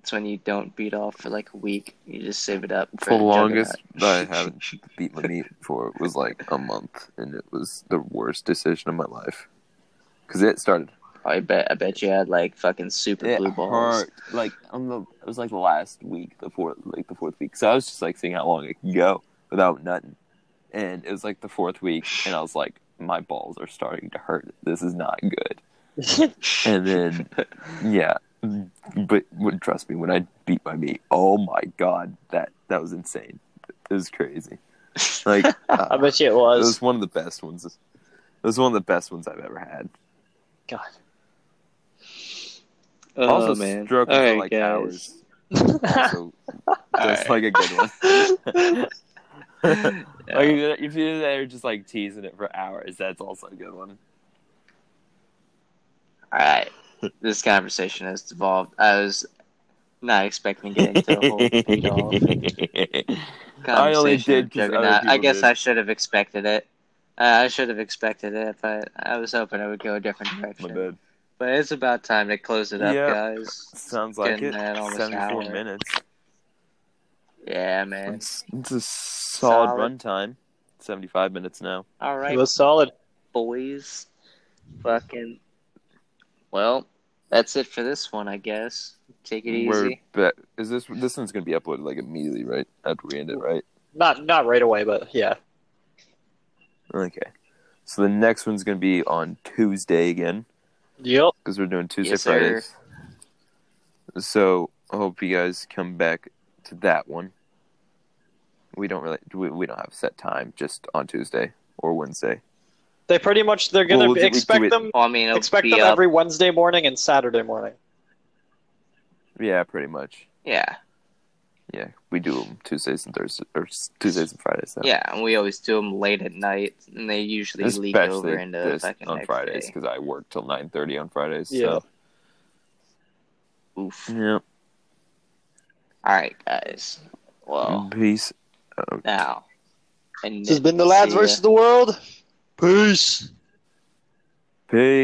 C: It's when you don't beat off for like a week. You just save it up for
A: The
C: the
A: longest
C: juggernaut.
A: I haven't beat my meat for was like a month, and it was the worst decision of my life. Because it started
C: I bet. I bet Oh, you had like fucking super
A: it
C: blue balls.
A: hurt. Like on the, it was like the last week, the fourth, like the fourth week. So I was just like seeing how long it could go without nutting, and it was like the fourth week, and I was like, my balls are starting to hurt. This is not good. And then, yeah, but would- trust me, when I beat my meat, oh my god, that that was insane. It was crazy. Like uh,
E: I bet you it
A: it
E: was.
A: was one of the best ones. It was one of the best ones I've ever had.
E: God.
C: Oh
A: also,
C: man.
A: stroke
C: All
A: for
C: right,
A: like
C: guys.
A: hours. Also, that's like a good one.
C: Yeah.
A: Like if you're there just like teasing it for hours, that's also a good one.
C: All right. This conversation has devolved. I was not expecting to get into a whole Adolf conversation.
A: I only did 'cause other
C: juggernaut. I
A: people
C: guess
A: did.
C: I should have expected it. Uh, I should have expected it, but I was hoping it would go a different
A: My
C: direction.
A: bad.
C: But it's about time to close it up,
A: Yeah.
C: guys.
A: Sounds like
C: Getting
A: it.
C: that almost
A: Seventy-four
C: hour.
A: minutes.
C: Yeah, man.
A: It's, it's a solid,
C: Solid.
A: runtime. Seventy-five minutes now.
C: All right.
E: It was solid.
C: boys. Fucking. Well, that's it for this one, I guess. Take it easy.
A: We're but is this this one's gonna be uploaded like immediately, right? After we end it, right?
E: Not not right away, but yeah.
A: Okay. So the next one's gonna be on Tuesday again
E: Yep.
A: because we're doing Tuesday
C: Yes, sir.
A: Fridays. So I hope you guys come back to that one. We don't really we, we don't have a set time, just on Tuesday or Wednesday.
E: They pretty much they're gonna
A: Well, we- we do
E: expect
A: it-
E: them
C: Well, I mean, it'll
E: expect
C: be
E: them
C: up.
E: every Wednesday morning and Saturday morning.
A: Yeah, pretty much.
C: Yeah,
A: Yeah, we do 'em Tuesdays and Thursdays or s- Tuesdays and Fridays. Though.
C: yeah, and we always do them late at night, and they usually leak over into the
A: this
C: fucking
A: on
C: next
A: Fridays
C: day.
A: because I work till nine thirty on Fridays.
E: Yeah.
A: So.
C: Oof.
A: Yeah.
C: All right, guys. Well,
A: Peace.
C: now. And
B: This has been the Lads
C: see ya.
B: versus the World. Peace.
A: Peace.